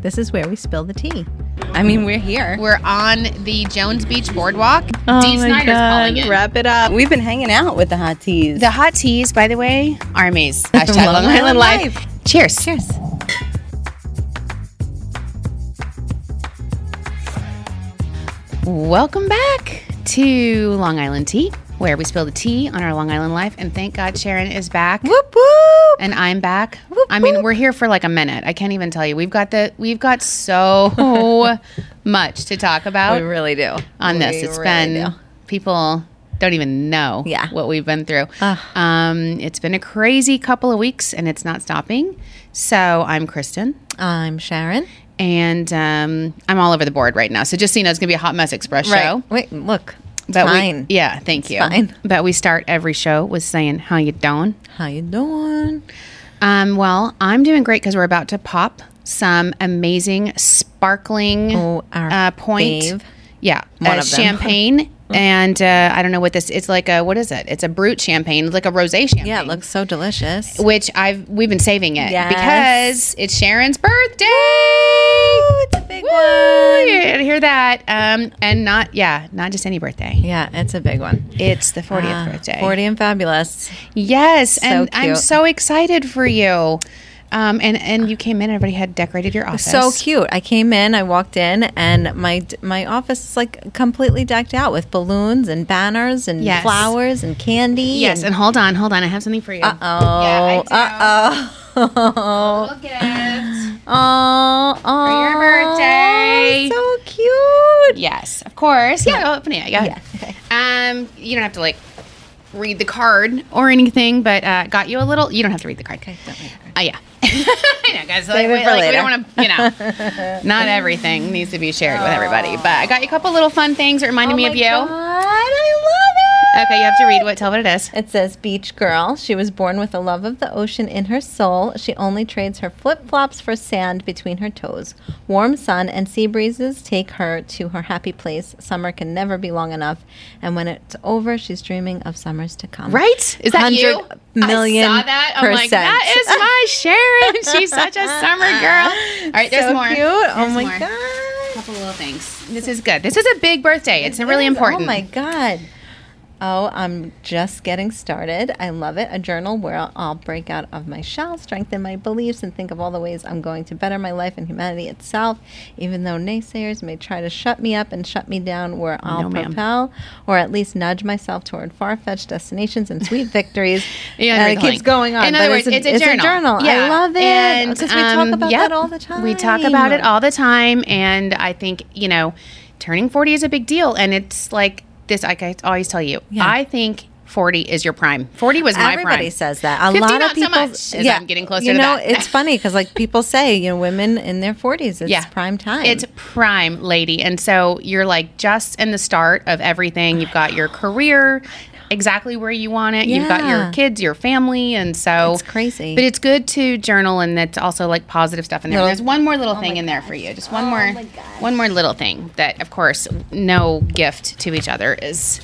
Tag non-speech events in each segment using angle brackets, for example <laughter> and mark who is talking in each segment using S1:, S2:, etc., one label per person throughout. S1: This is where we spill the tea. I mean, we're here.
S2: We're on the Jones Beach Boardwalk.
S1: Oh
S2: Dee
S1: my
S2: Snyder's calling
S1: God,
S2: it.
S1: Wrap it up. We've been hanging out with the hot teas.
S2: The hot teas, by the way,
S1: <laughs>
S2: are amazing. Hashtag Long, Island Life. Cheers. Cheers. Welcome back to Long Island Tea, where we spill the tea on our Long Island life. And thank God Sharon is back.
S1: Whoop whoop.
S2: And I'm back.
S1: Whoop,
S2: I mean,
S1: whoop.
S2: we're here for like a minute. I can't even tell you. We've got the we've
S1: <laughs>
S2: got so much to talk about
S1: We really do.
S2: on
S1: We
S2: this. It's
S1: really
S2: been
S1: do.
S2: people don't even know
S1: Yeah.
S2: what we've been through.
S1: Ugh.
S2: Um, it's been a crazy couple of weeks and it's not stopping. So I'm Kristen
S1: I'm Sharon.
S2: and um, I'm all over the board right now. So just so you know, it's gonna be a hot mess express show.
S1: Wait, look. It's
S2: But
S1: fine.
S2: We, yeah, thank you.
S1: fine.
S2: But we start every show with saying how you doing.
S1: How you doing?
S2: Um, well, I'm doing great because we're about to pop some amazing sparkling
S1: Oh, our
S2: uh, point.
S1: fave.
S2: Yeah,
S1: One
S2: uh,
S1: of them. <laughs> Mm-hmm.
S2: champagne, and uh, I don't know what this. It's like a what is it? It's a brut champagne, like a rosé champagne.
S1: Yeah, it looks so delicious.
S2: Which I've we've been saving it
S1: Yes.
S2: because it's Sharon's birthday.
S1: it's a big
S2: Woo!
S1: one.
S2: You hear that? Um, and not yeah, not just any birthday.
S1: Yeah, it's a big one.
S2: It's the 40th
S1: Ah,
S2: birthday.
S1: 40 and fabulous.
S2: Yes, and I'm
S1: cute.
S2: so excited for you. Um, and and you came in. Everybody had decorated your office.
S1: So cute. I came in, I walked in, and my my office is like completely decked out with balloons and banners and
S2: Yes.
S1: flowers and candy.
S2: Yes, and hold on, hold on. I have something for you.
S1: uh oh.
S2: Yeah, I
S1: uh oh.
S2: gift.
S1: Oh, oh.
S2: For your birthday.
S1: So cute.
S2: Yes, of course. Yeah, I'll open it. Yeah.
S1: Yeah.
S2: Um, you don't have to like read the card or anything, but uh, got you a little. You don't have to read the card. Okay. Uh, yeah. <laughs> I know, guys. Like,
S1: Save it
S2: we,
S1: for
S2: like, we
S1: later.
S2: don't want to, you <laughs> know, not everything needs to be shared with everybody. But I got you a couple little fun things that reminded me of you.
S1: Oh God, I love it.
S2: Okay, you have to read what. Tell what it is.
S1: It says Beach Girl. She was born with a love of the ocean in her soul. She only trades her flip flops for sand between her toes. Warm sun and sea breezes take her to her happy place. Summer can never be long enough. And when it's over, she's dreaming of summers to come.
S2: Right? Is that you?
S1: 100 million
S2: I saw that. I'm like,
S1: percent.
S2: that is my Sharon. <laughs> She's such a
S1: <laughs>
S2: summer girl. All right, there's
S1: so
S2: more.
S1: cute. Oh
S2: There's
S1: my
S2: more.
S1: God.
S2: couple little things. This is good. This is a big birthday. It's really
S1: Yes.
S2: important.
S1: Oh my God. Oh, I'm just getting started. I love it. A journal where I'll break out of my shell, strengthen my beliefs, and think of all the ways I'm going to better my life and humanity itself. Even though naysayers may try to shut me up and shut me down, where I'll
S2: No, ma'am.
S1: propel or at least nudge myself toward far fetched destinations and
S2: <laughs>
S1: sweet victories.
S2: Yeah,
S1: and
S2: read
S1: it
S2: the whole
S1: keeps
S2: thing.
S1: going on.
S2: In
S1: but
S2: other words, it's a journal. Yeah.
S1: I love it.
S2: And,
S1: Because we talk
S2: um,
S1: about
S2: yep.
S1: that all the time.
S2: We talk about it all the time, and I think you know, turning forty is a big deal, and it's like this. Like I always tell you,
S1: Yeah.
S2: I think. 40 is your prime. 40 was my prime.
S1: Everybody says that. A
S2: 50
S1: lot
S2: not
S1: of
S2: so
S1: people.
S2: much, as I'm getting closer
S1: You
S2: to
S1: know,
S2: that.
S1: it's funny because like people say, you know, women in their forties, it's prime time.
S2: It's prime, lady. And so you're like just in the start of everything. You've got your career exactly where you want it. You've got your
S1: Yeah.
S2: kids, your family. And so
S1: It's crazy.
S2: But it's good to journal and that's also like positive stuff in there.
S1: Little-
S2: There's one more
S1: oh
S2: little thing in there for you. Just one more one more little thing that of course no gift to each other is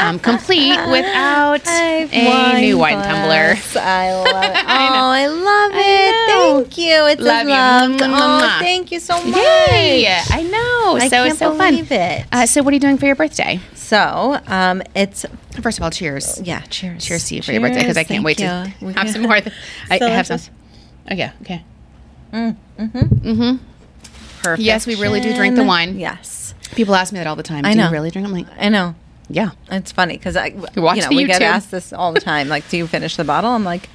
S2: um,
S1: <laughs>
S2: complete without
S1: I've
S2: a new wine tumbler.
S1: glass.
S2: <laughs>
S1: I love it. Oh, I love it. Thank you. It's
S2: Love
S1: love
S2: you.
S1: loved.
S2: Mwah.
S1: Oh, thank you so much.
S2: Yay! I know.
S1: I
S2: so
S1: can't
S2: it's so
S1: believe
S2: fun.
S1: it.
S2: Uh, so what are you doing for your birthday?
S1: so, um, it's
S2: First of all, cheers.
S1: yeah. Cheers.
S2: Cheers to you for your birthday because I
S1: Cheers.
S2: can't wait to
S1: Thank you. We
S2: have
S1: can-
S2: some more.
S1: <laughs>
S2: I, I have some.
S1: delicious.
S2: Oh yeah. Okay.
S1: Mm, mm-hmm.
S2: Mm-hmm.
S1: Perfection.
S2: Yes, we really do drink the wine.
S1: Yes,
S2: People ask me that all the time.
S1: I
S2: Do
S1: know.
S2: you really drink? I'm like,
S1: I know.
S2: yeah.
S1: It's funny because I,
S2: You watch
S1: you know,
S2: the
S1: we get
S2: YouTube.
S1: asked this all the time. Like, do you finish the bottle? I'm like,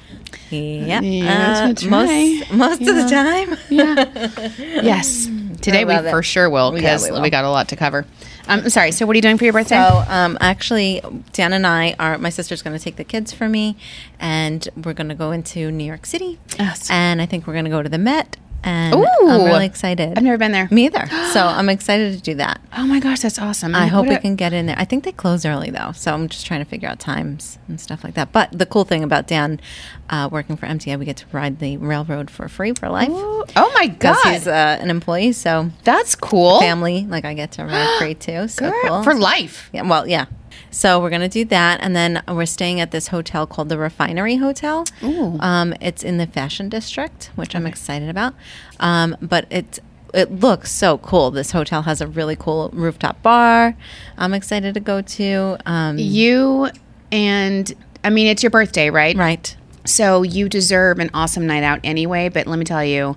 S1: yeah, uh,
S2: Yeah, that's what I
S1: most
S2: try.
S1: most of the time.
S2: Yeah. <laughs> yes. Today we
S1: Mm, love it.
S2: for sure will
S1: Yeah,
S2: because
S1: we
S2: we,
S1: will.
S2: got a lot to cover. Um, I'm sorry. So what are you doing for your birthday?
S1: <laughs> So, um, actually, Dan and I are. My sister's going to take the kids for me, and we're going to go into New York City,
S2: Yes.
S1: and I think we're going to go to the Met. And
S2: Oh, Ooh.
S1: I'm really excited.
S2: I've never been there.
S1: Me
S2: <gasps>
S1: either. so I'm excited to do that.
S2: oh my gosh, that's awesome.
S1: I
S2: And
S1: hope
S2: what
S1: we
S2: a-
S1: can get in there. I think they close early though, so I'm just trying to figure out times and stuff like that. But the cool thing about Dan uh, working for MTA, we get to ride the railroad for free for life
S2: Ooh. Oh my
S1: because
S2: god,
S1: he's uh, an employee. So
S2: that's cool.
S1: family, like I get to ride free too. So
S2: Girl,
S1: cool.
S2: For life.
S1: Yeah, well, yeah. So we're gonna do that, and then we're staying at this hotel called the Refinery Hotel.
S2: Ooh.
S1: Um, it's in the Fashion District, which I'm excited about. Um, but it's it looks so cool. This hotel has a really cool rooftop bar. I'm excited to go to. Um,
S2: You and I mean, it's your birthday, right?
S1: right.
S2: So you deserve an awesome night out anyway. But let me tell you,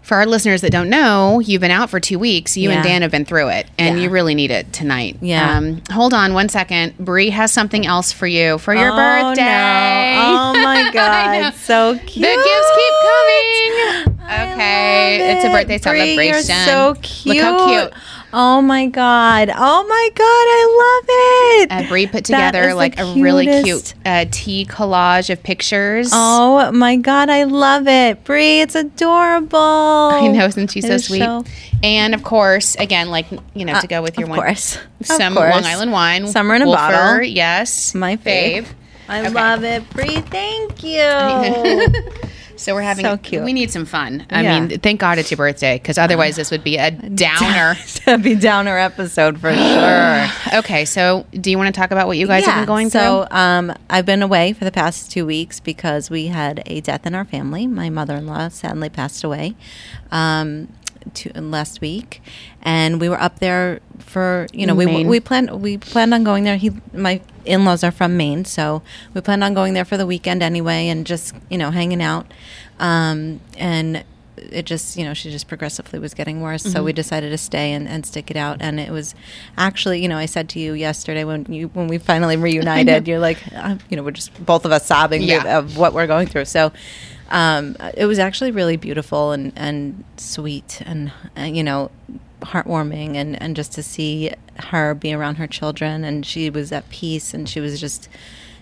S2: for our listeners that don't know, you've been out for two weeks. You
S1: Yeah.
S2: and Dan have been through it, and you really need it tonight.
S1: Yeah.
S2: Um, hold on one second. Bree has something else for you for your
S1: Oh, no.
S2: birthday.
S1: Oh, my
S2: <laughs> I know.
S1: God. so cute.
S2: The gifts keep coming.
S1: I
S2: okay,
S1: love
S2: it's a
S1: it. Bree,
S2: birthday celebration.
S1: You're so cute.
S2: Look how cute.
S1: Oh my god. Oh my god. I love it.
S2: Uh, Bree put
S1: That is
S2: together
S1: the
S2: like a really
S1: cutest.
S2: cute uh, tea collage of pictures. <laughs>
S1: Oh my god. I love it, Bree. It's adorable.
S2: I know, isn't she so
S1: It is Uh,
S2: sweet? And of course, again, like you know, to go with your
S1: of
S2: one, <laughs>
S1: course. Of
S2: some
S1: course.
S2: Long Island wine,
S1: Summer in a
S2: Wolfer,
S1: bottle.
S2: Yes,
S1: My fave. I
S2: Okay.
S1: love it, Bree.
S2: <laughs>
S1: Thank you.
S2: So we're having
S1: So cute.
S2: We need some fun. I
S1: Yeah.
S2: mean, thank God it's your birthday because otherwise this would
S1: <sighs>
S2: be
S1: <laughs>
S2: a downer. <sighs>
S1: Debbie Downer episode for <gasps> sure.
S2: okay, so do you want to talk about what you guys have been going
S1: so, um, I've been away for the past two weeks because we had a death in our family. My mother in law sadly passed away um, two, last week, and we were up there for you know we
S2: Maine.
S1: we planned we planned on going there. He my in laws are from Maine, so we planned on going there for the weekend anyway, and just you know hanging out. Um, and it just you know she just progressively was getting worse so we decided to stay and, and stick it out and it was actually you know i said to you yesterday when you when we finally <laughs> reunited you're like uh, you know we're just both of us sobbing
S2: Yeah.
S1: with- of what we're going through so um, it was actually really beautiful and and sweet and uh, you know heartwarming and and just to see her be around her children and she was at peace and she was just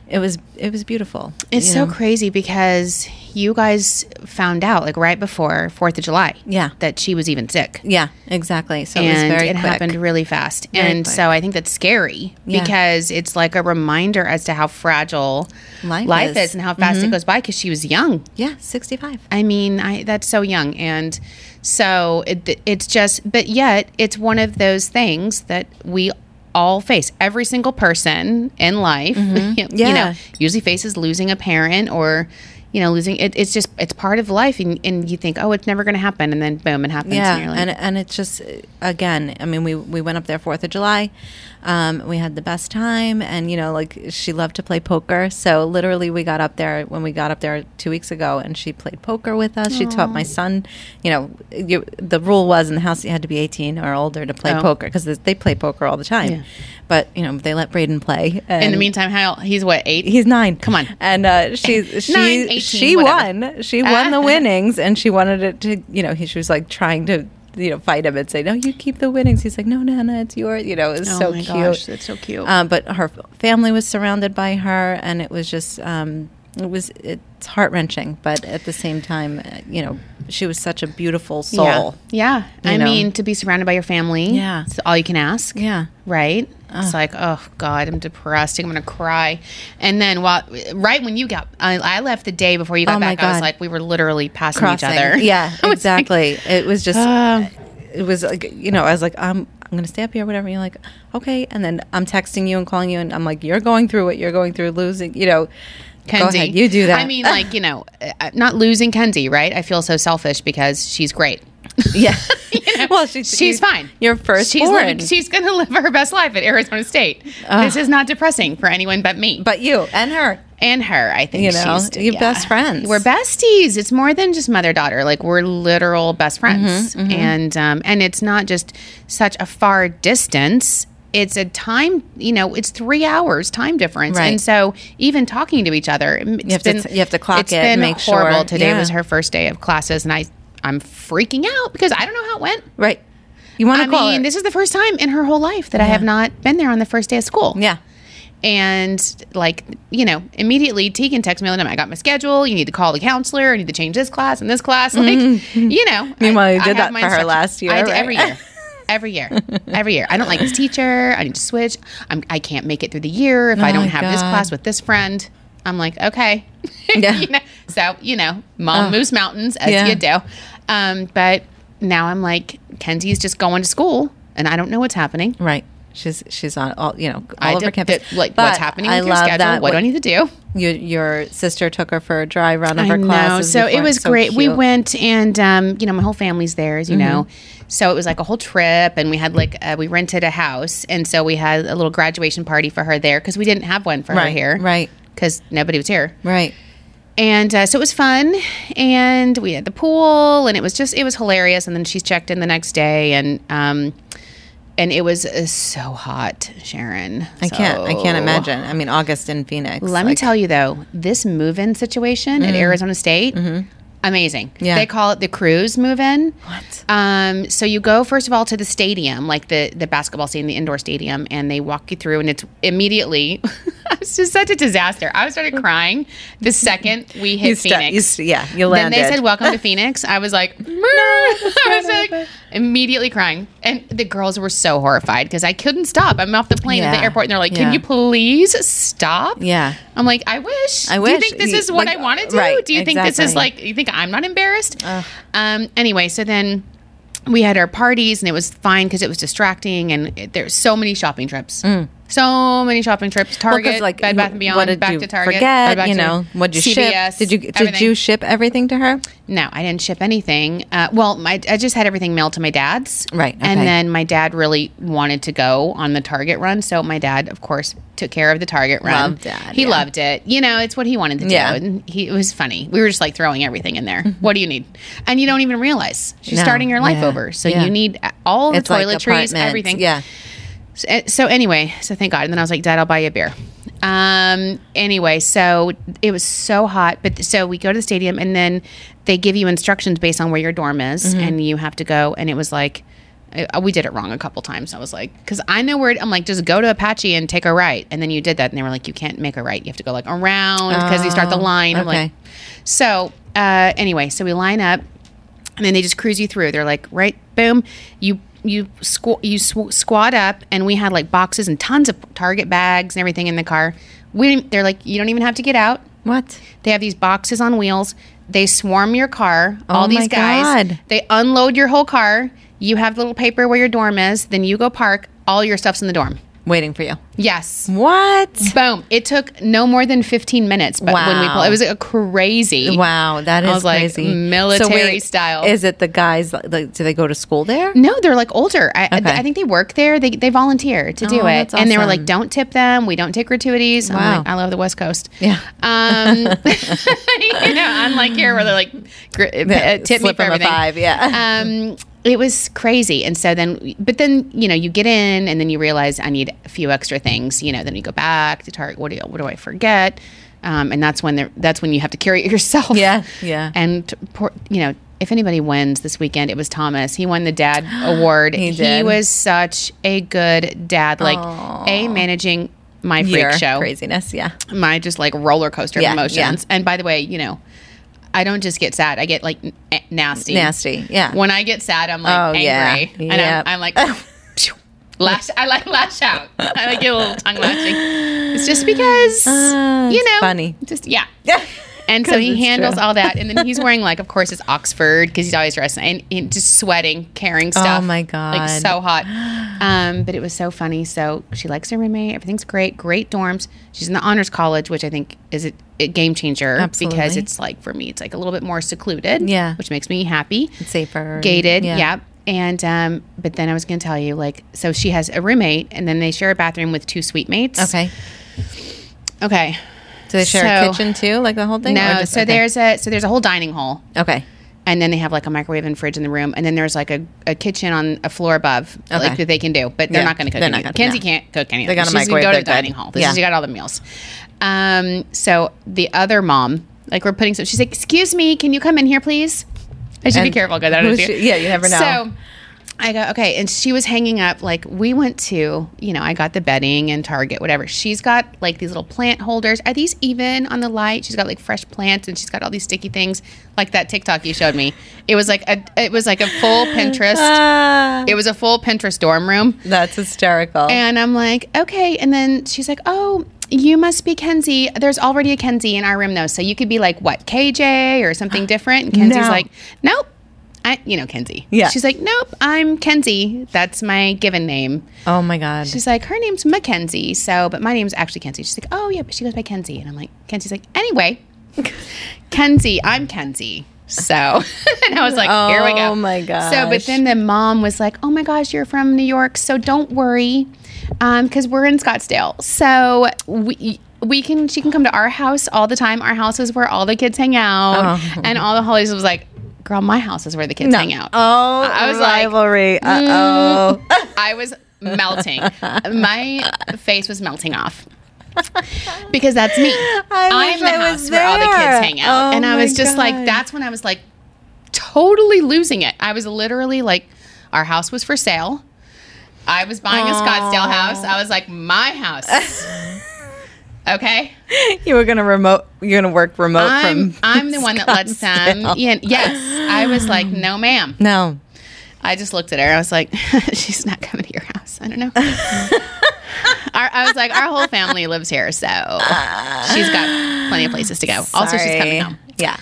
S1: it was it was beautiful
S2: It's
S1: you
S2: so
S1: know?
S2: crazy because you guys found out like right before Fourth of July.
S1: Yeah.
S2: that she was even sick.
S1: yeah exactly so it was
S2: and
S1: very
S2: it
S1: quick.
S2: happened really fast.
S1: Very
S2: and
S1: quick.
S2: so I think that's scary
S1: Yeah.
S2: because it's like a reminder as to how fragile
S1: Life
S2: life,
S1: is. Mm-hmm.
S2: is. and how fast it goes by because she was young.
S1: yeah 65
S2: I mean, I that's so young, and so it, it's just. But yet, it's one of those things that we all face. Every single person in life, <laughs> you,
S1: Mm-hmm. Yeah.
S2: know, usually faces losing a parent or. You know, losing it, it's just it's part of life, and, and you think, oh, it's never going to happen, and then boom, it happens.
S1: Yeah,
S2: and, you're like,
S1: and and it's just again. I mean, we we went up there Fourth of July. Um, we had the best time, and you know, like she loved to play poker. So literally, we got up there when we got up there two weeks ago, and she played poker with us. She taught my son. You know, you, the rule was in the house you had to be eighteen or older to play
S2: Oh.
S1: poker because they play poker all the time.
S2: Yeah.
S1: But you know, they let Braden play. And
S2: in the meantime, how he's what eight?
S1: He's nine.
S2: Come on.
S1: and uh, she she
S2: <laughs> Nine, 18,
S1: she
S2: whatever.
S1: won. She won the
S2: Ah.
S1: winnings, and she wanted it to. You know, he, she was like trying to you know fight him and say, "No, you keep the winnings." He's like, "No, Nana, it's yours." You know, it was
S2: Oh
S1: so
S2: my
S1: cute.
S2: gosh, that's so cute.
S1: Um, but her family was surrounded by her, and it was just um, it was it's heart wrenching, but at the same time, uh, you know, she was such a beautiful soul.
S2: Yeah. yeah.
S1: You
S2: I
S1: know?
S2: mean, to be surrounded by your family.
S1: Yeah.
S2: It's all you can ask.
S1: Yeah.
S2: Right? It's like, oh God, I'm depressed. I'm gonna cry. And then while right when you got I, I left the day before you got
S1: Oh, my
S2: back, I was
S1: God.
S2: like, we were literally passing
S1: Crossing.
S2: each other.
S1: Yeah,
S2: <laughs> I was like,
S1: exactly. it was just
S2: um,
S1: it was like you know i was like i'm i'm gonna stay up here whatever and you're like okay and then i'm texting you and calling you and i'm like you're going through what you're going through losing you know
S2: Kenzie.
S1: go ahead you do that
S2: I mean, <laughs> like, you know, uh, not losing Kenzie, right? I feel so selfish because she's great.
S1: <laughs> yeah
S2: You know,
S1: well she's
S2: she's fine.
S1: you're first
S2: She's
S1: born
S2: living, she's gonna live her best life at Arizona State. This is not depressing for anyone but me.
S1: but you and her
S2: and her. I think
S1: You know,
S2: she's
S1: you're best friends.
S2: We're besties. It's more than just mother daughter. Like we're literal best
S1: Mm-hmm,
S2: friends, and um, and it's not just such a far distance. It's a time, you know, it's three hours time difference,
S1: Right.
S2: and so even talking to each other, it
S1: have to t- you have to clock it and make sure.
S2: horrible. Today
S1: Yeah.
S2: was her first day of classes, and I I'm freaking out because I don't know how it went.
S1: right you want
S2: I
S1: to call
S2: mean,
S1: her.
S2: this is the first time in her whole life that I have not been there on the first day of school
S1: yeah
S2: and like you know immediately tegan texted me all the time i got my schedule you need to call the counselor i need to change this class and this class like you know
S1: Mm-hmm. <laughs> Meanwhile, you did
S2: have
S1: that
S2: my
S1: for her
S2: instruction-
S1: last year,
S2: I did
S1: right?
S2: every year every year every year i don't like this teacher i need to switch I'm, i can't make it through the year if i
S1: Oh
S2: don't
S1: my
S2: have this
S1: God.
S2: class with this friend i'm like okay <laughs>
S1: Yeah.
S2: You know? so you know mom moves mountains as
S1: Yeah.
S2: you do um, but now i'm like kenzie's just going to school and i don't know what's happening
S1: right She's she's on all you know all
S2: I
S1: over
S2: did-
S1: campus.
S2: did, like
S1: But
S2: what's happening with
S1: I
S2: your
S1: love
S2: schedule?
S1: that
S2: what do I need to do?
S1: Your, your sister took her for a dry run of
S2: I
S1: her
S2: know.
S1: classes.
S2: So
S1: before.
S2: it was
S1: It's so
S2: great. We
S1: cute. Mm-hmm.
S2: went and um, you know my whole family's there, as you know. So it was like a whole trip, and we had like uh, we rented a house, and so we had a little graduation party for her there because we didn't have one for her
S1: Right,
S2: here,
S1: right.
S2: Because nobody was here,
S1: right.
S2: and uh, so it was fun, and we had the pool, and it was just it was hilarious. And then she checked in the next day, and um, and it was uh, so hot, Sharon.
S1: I can't. I can't
S2: So-
S1: imagine. I mean, August in Phoenix.
S2: let me tell you though, this move-in situation at Arizona State, amazing.
S1: Mm-hmm. Yeah.
S2: They call it the cruise move-in.
S1: What?
S2: Um, so you go first of all to the stadium, like the the basketball stadium, the indoor stadium, and they walk you through, and it's immediately. <laughs> it's just such a disaster. I started crying the second we hit
S1: you stu-
S2: Phoenix.
S1: you stu- yeah, you
S2: then
S1: landed.
S2: they said,
S1: <laughs>
S2: "Welcome to Phoenix." I was like, <laughs> I was like immediately crying, and the girls were so horrified because I couldn't stop. I'm off the plane at the
S1: Yeah.
S2: airport, and they're like, "Can
S1: Yeah.
S2: you please stop?"
S1: Yeah.
S2: I'm like, I wish.
S1: I
S2: Do you
S1: wish.
S2: think this
S1: You-
S2: is what
S1: like,
S2: I want to do?
S1: right,
S2: do you think this is
S1: exactly.
S2: like? You think I'm not embarrassed? Um. Anyway, so then we had our parties, and it was fine because it was distracting, and it, there's so many shopping trips. So many shopping trips.
S1: Mm. Well, 'cause,
S2: Target, Bed
S1: who-
S2: Bath and Beyond,
S1: what did
S2: back
S1: you
S2: to Target.
S1: Forget,
S2: or back
S1: you
S2: to
S1: know, what you
S2: CVS,
S1: ship? Did you did
S2: everything.
S1: you ship everything to her?
S2: No, I didn't ship anything. Uh, well, my I just had everything mailed to my dad's.
S1: Right,
S2: And
S1: okay.
S2: then my dad really wanted to go on the Target run, so my dad, of course, took care of the Target run.
S1: Loved that,
S2: he
S1: yeah.
S2: loved it. You know, it's what he wanted to do,
S1: Yeah. Mm-hmm.
S2: and he it was funny. We were just like throwing everything in there. What do you need? And you don't even realize she's
S1: No,
S2: starting your life
S1: yeah,
S2: over, so
S1: yeah.
S2: you need all the
S1: It's like
S2: toiletries,
S1: apartments,
S2: everything.
S1: Yeah.
S2: So, uh, so anyway, so thank God. And then I was like, Dad, I'll buy you a beer. Um. Anyway, so it was so hot, but th- so we go to the stadium, and then they give you instructions based on where your dorm is,
S1: Mm-hmm.
S2: and you have to go. And it was like, I, we did it wrong a couple times. I was like, because I know where it- I'm like, just go to Apache and take a right, and then you did that, and they were like, you can't make a right, you have to go like around because you start the
S1: Oh,
S2: line. I'm
S1: okay.
S2: like, so uh, anyway, so we line up, and then they just cruise you through. They're like, right, boom, you you squ- you sw- squat up, and we had like boxes and tons of Target bags and everything in the car. We didn't, they're like, you don't even have to get out.
S1: What?
S2: They have these boxes on wheels. They swarm your car. all
S1: Oh my
S2: these guys.
S1: God.
S2: They unload your whole car. You have the little paper where your dorm is. Then you go park. All your stuff's in the dorm.
S1: Waiting for you.
S2: Yes.
S1: What?
S2: Boom. It took no more than 15 minutes but when we
S1: Wow.
S2: pulled. It was a crazy.
S1: Wow, that is
S2: was like,
S1: crazy. So
S2: military style.
S1: Is it the guys? Like, do they go to school there?
S2: No, they're like older. I,
S1: Okay.
S2: I think they work there. They, they volunteer to do
S1: Oh,
S2: it.
S1: that's
S2: And they were
S1: awesome.
S2: like, don't tip them. We don't take gratuities.
S1: Wow.
S2: I'm like, I love the West Coast.
S1: Yeah. <laughs>
S2: Um, <laughs> you know, unlike here where they're like,
S1: <laughs>
S2: gr- uh, tip me
S1: Slip
S2: for
S1: them a
S2: everything.
S1: five. Yeah. <laughs>
S2: um, it was crazy. And so then, but then, you know, you get in and then you realize I need a few extra things, you know, then you go back to Target. What do, you, what do I forget? Um, and that's when they're, that's when you have to carry it <laughs> yourself.
S1: Yeah, yeah.
S2: And poor, you know, if anybody wins this weekend, it was Thomas. He won
S1: <gasps>
S2: the dad award.
S1: He did.
S2: was such a good dad. Like a managing my freak
S1: Your
S2: show
S1: craziness. Yeah.
S2: my just like roller coaster of
S1: Yeah,
S2: emotions. And by the way, you know, I don't just get sad. I get like n- eh, nasty.
S1: Nasty, yeah.
S2: When I get sad, I'm like
S1: Oh,
S2: angry,
S1: yeah.
S2: and
S1: Yep.
S2: I'm, I'm like <laughs> phew, lash. I like lash out. I like get a little tongue lashing. It's just because
S1: <laughs> Ah,
S2: you
S1: it's
S2: know,
S1: funny.
S2: Just yeah.
S1: Yeah.
S2: And so
S1: 'Cause
S2: he
S1: it's
S2: handles
S1: true.
S2: all that, and then he's
S1: <laughs>
S2: wearing like, of course, his Oxford because he's always dressed and, and just sweating, carrying stuff.
S1: Oh my
S2: like
S1: God.
S2: so
S1: <gasps>
S2: hot. Um, but it was so funny. So she likes her roommate. Everything's great. Great dorms. She's in the honors college, which I think is a, a game changer because
S1: Absolutely.
S2: it's like for me, it's like a little bit more secluded.
S1: Yeah.
S2: which makes me happy.
S1: Safer.
S2: Gated. Yeah. And um, but then I was going to tell you like, so she has a roommate, and then they share a bathroom with two suite mates.
S1: Okay.
S2: Okay.
S1: Do they share a
S2: So-
S1: kitchen too, like the whole thing?
S2: No,
S1: Or just-
S2: so
S1: okay.
S2: there's a so there's a whole dining hall.
S1: Okay.
S2: and then they have like a microwave and fridge in the room, and then there's like a, a kitchen on a floor above, like that they can do, but they're
S1: Yeah,
S2: not going to cook
S1: they're not
S2: anything.
S1: gonna-
S2: Kenzie
S1: no.
S2: can't cook anything.
S1: They gotta
S2: She's gonna
S1: microwave
S2: go to
S1: their
S2: the
S1: good.
S2: dining hall. This
S1: Yeah.
S2: is, she got all the meals. Um, so the other mom, like we're putting some. She's like, "Excuse me, can you come in here, please?" I should be
S1: And
S2: careful because I
S1: who's
S2: don't know.
S1: she- yeah, you never know.
S2: So I go, okay. And she was hanging up, like, we went to, you know, I got the bedding and Target, whatever. She's got like these little plant holders. Are these even on the light? She's got like fresh plants and she's got all these sticky things, like that TikTok you showed me. It was like a, it was like a full
S1: <laughs>
S2: Pinterest.
S1: Ah,
S2: It was a full Pinterest dorm room.
S1: that's hysterical.
S2: Uh, And I'm like, okay. And then she's like, oh, you must be Kenzie. There's already
S1: <gasps>
S2: a Kenzie in our room, though. So you could be like, what, KJ or something different? And Kenzie's
S1: No.
S2: like, nope. I, you know, Kenzie.
S1: Yeah.
S2: She's like, nope, I'm Kenzie. That's my given name.
S1: Oh my God.
S2: She's like, her name's Mackenzie. So, but my name's actually Kenzie. She's like, oh yeah, but she goes by Kenzie. And I'm like, Kenzie's like,
S1: <laughs>
S2: anyway, Kenzie, I'm Kenzie. So, <laughs> and I was like, here we go.
S1: Oh, my
S2: So, but
S1: gosh.
S2: then the mom was like, oh my gosh, you're from New York. So don't worry. Um, cause we're in Scottsdale. So we, we can, she can come to our house all the time. Our house is where all the kids hang out.
S1: Oh.
S2: And all the holidays was like, girl, my house is where the kids hang out.
S1: Oh,
S2: I was like, mm,
S1: rivalry. uh oh.
S2: I was melting. My face was melting off. Because that's
S1: <laughs>
S2: me.
S1: I
S2: I'm
S1: wish
S2: the
S1: I
S2: house
S1: was
S2: where all the
S1: there.
S2: kids hang out.
S1: Oh
S2: and I was
S1: my
S2: just like,
S1: God.
S2: that's when I was like totally losing it. I was literally like, our house was for sale. I was buying a Scottsdale house. I was like, my house.
S1: <laughs>
S2: okay.
S1: You were gonna remote. You're gonna work remote
S2: I'm,
S1: from.
S2: I'm the one that lets them.
S1: Scottsdale.
S2: Yeah, yes. I was like, no, ma'am.
S1: No.
S2: I just looked at her. I was like, <laughs> she's not coming to your house. I don't know. our, I was like, our whole family lives here, so she's got plenty of places to go. Also, she's
S1: Sorry.
S2: coming home.
S1: Yeah.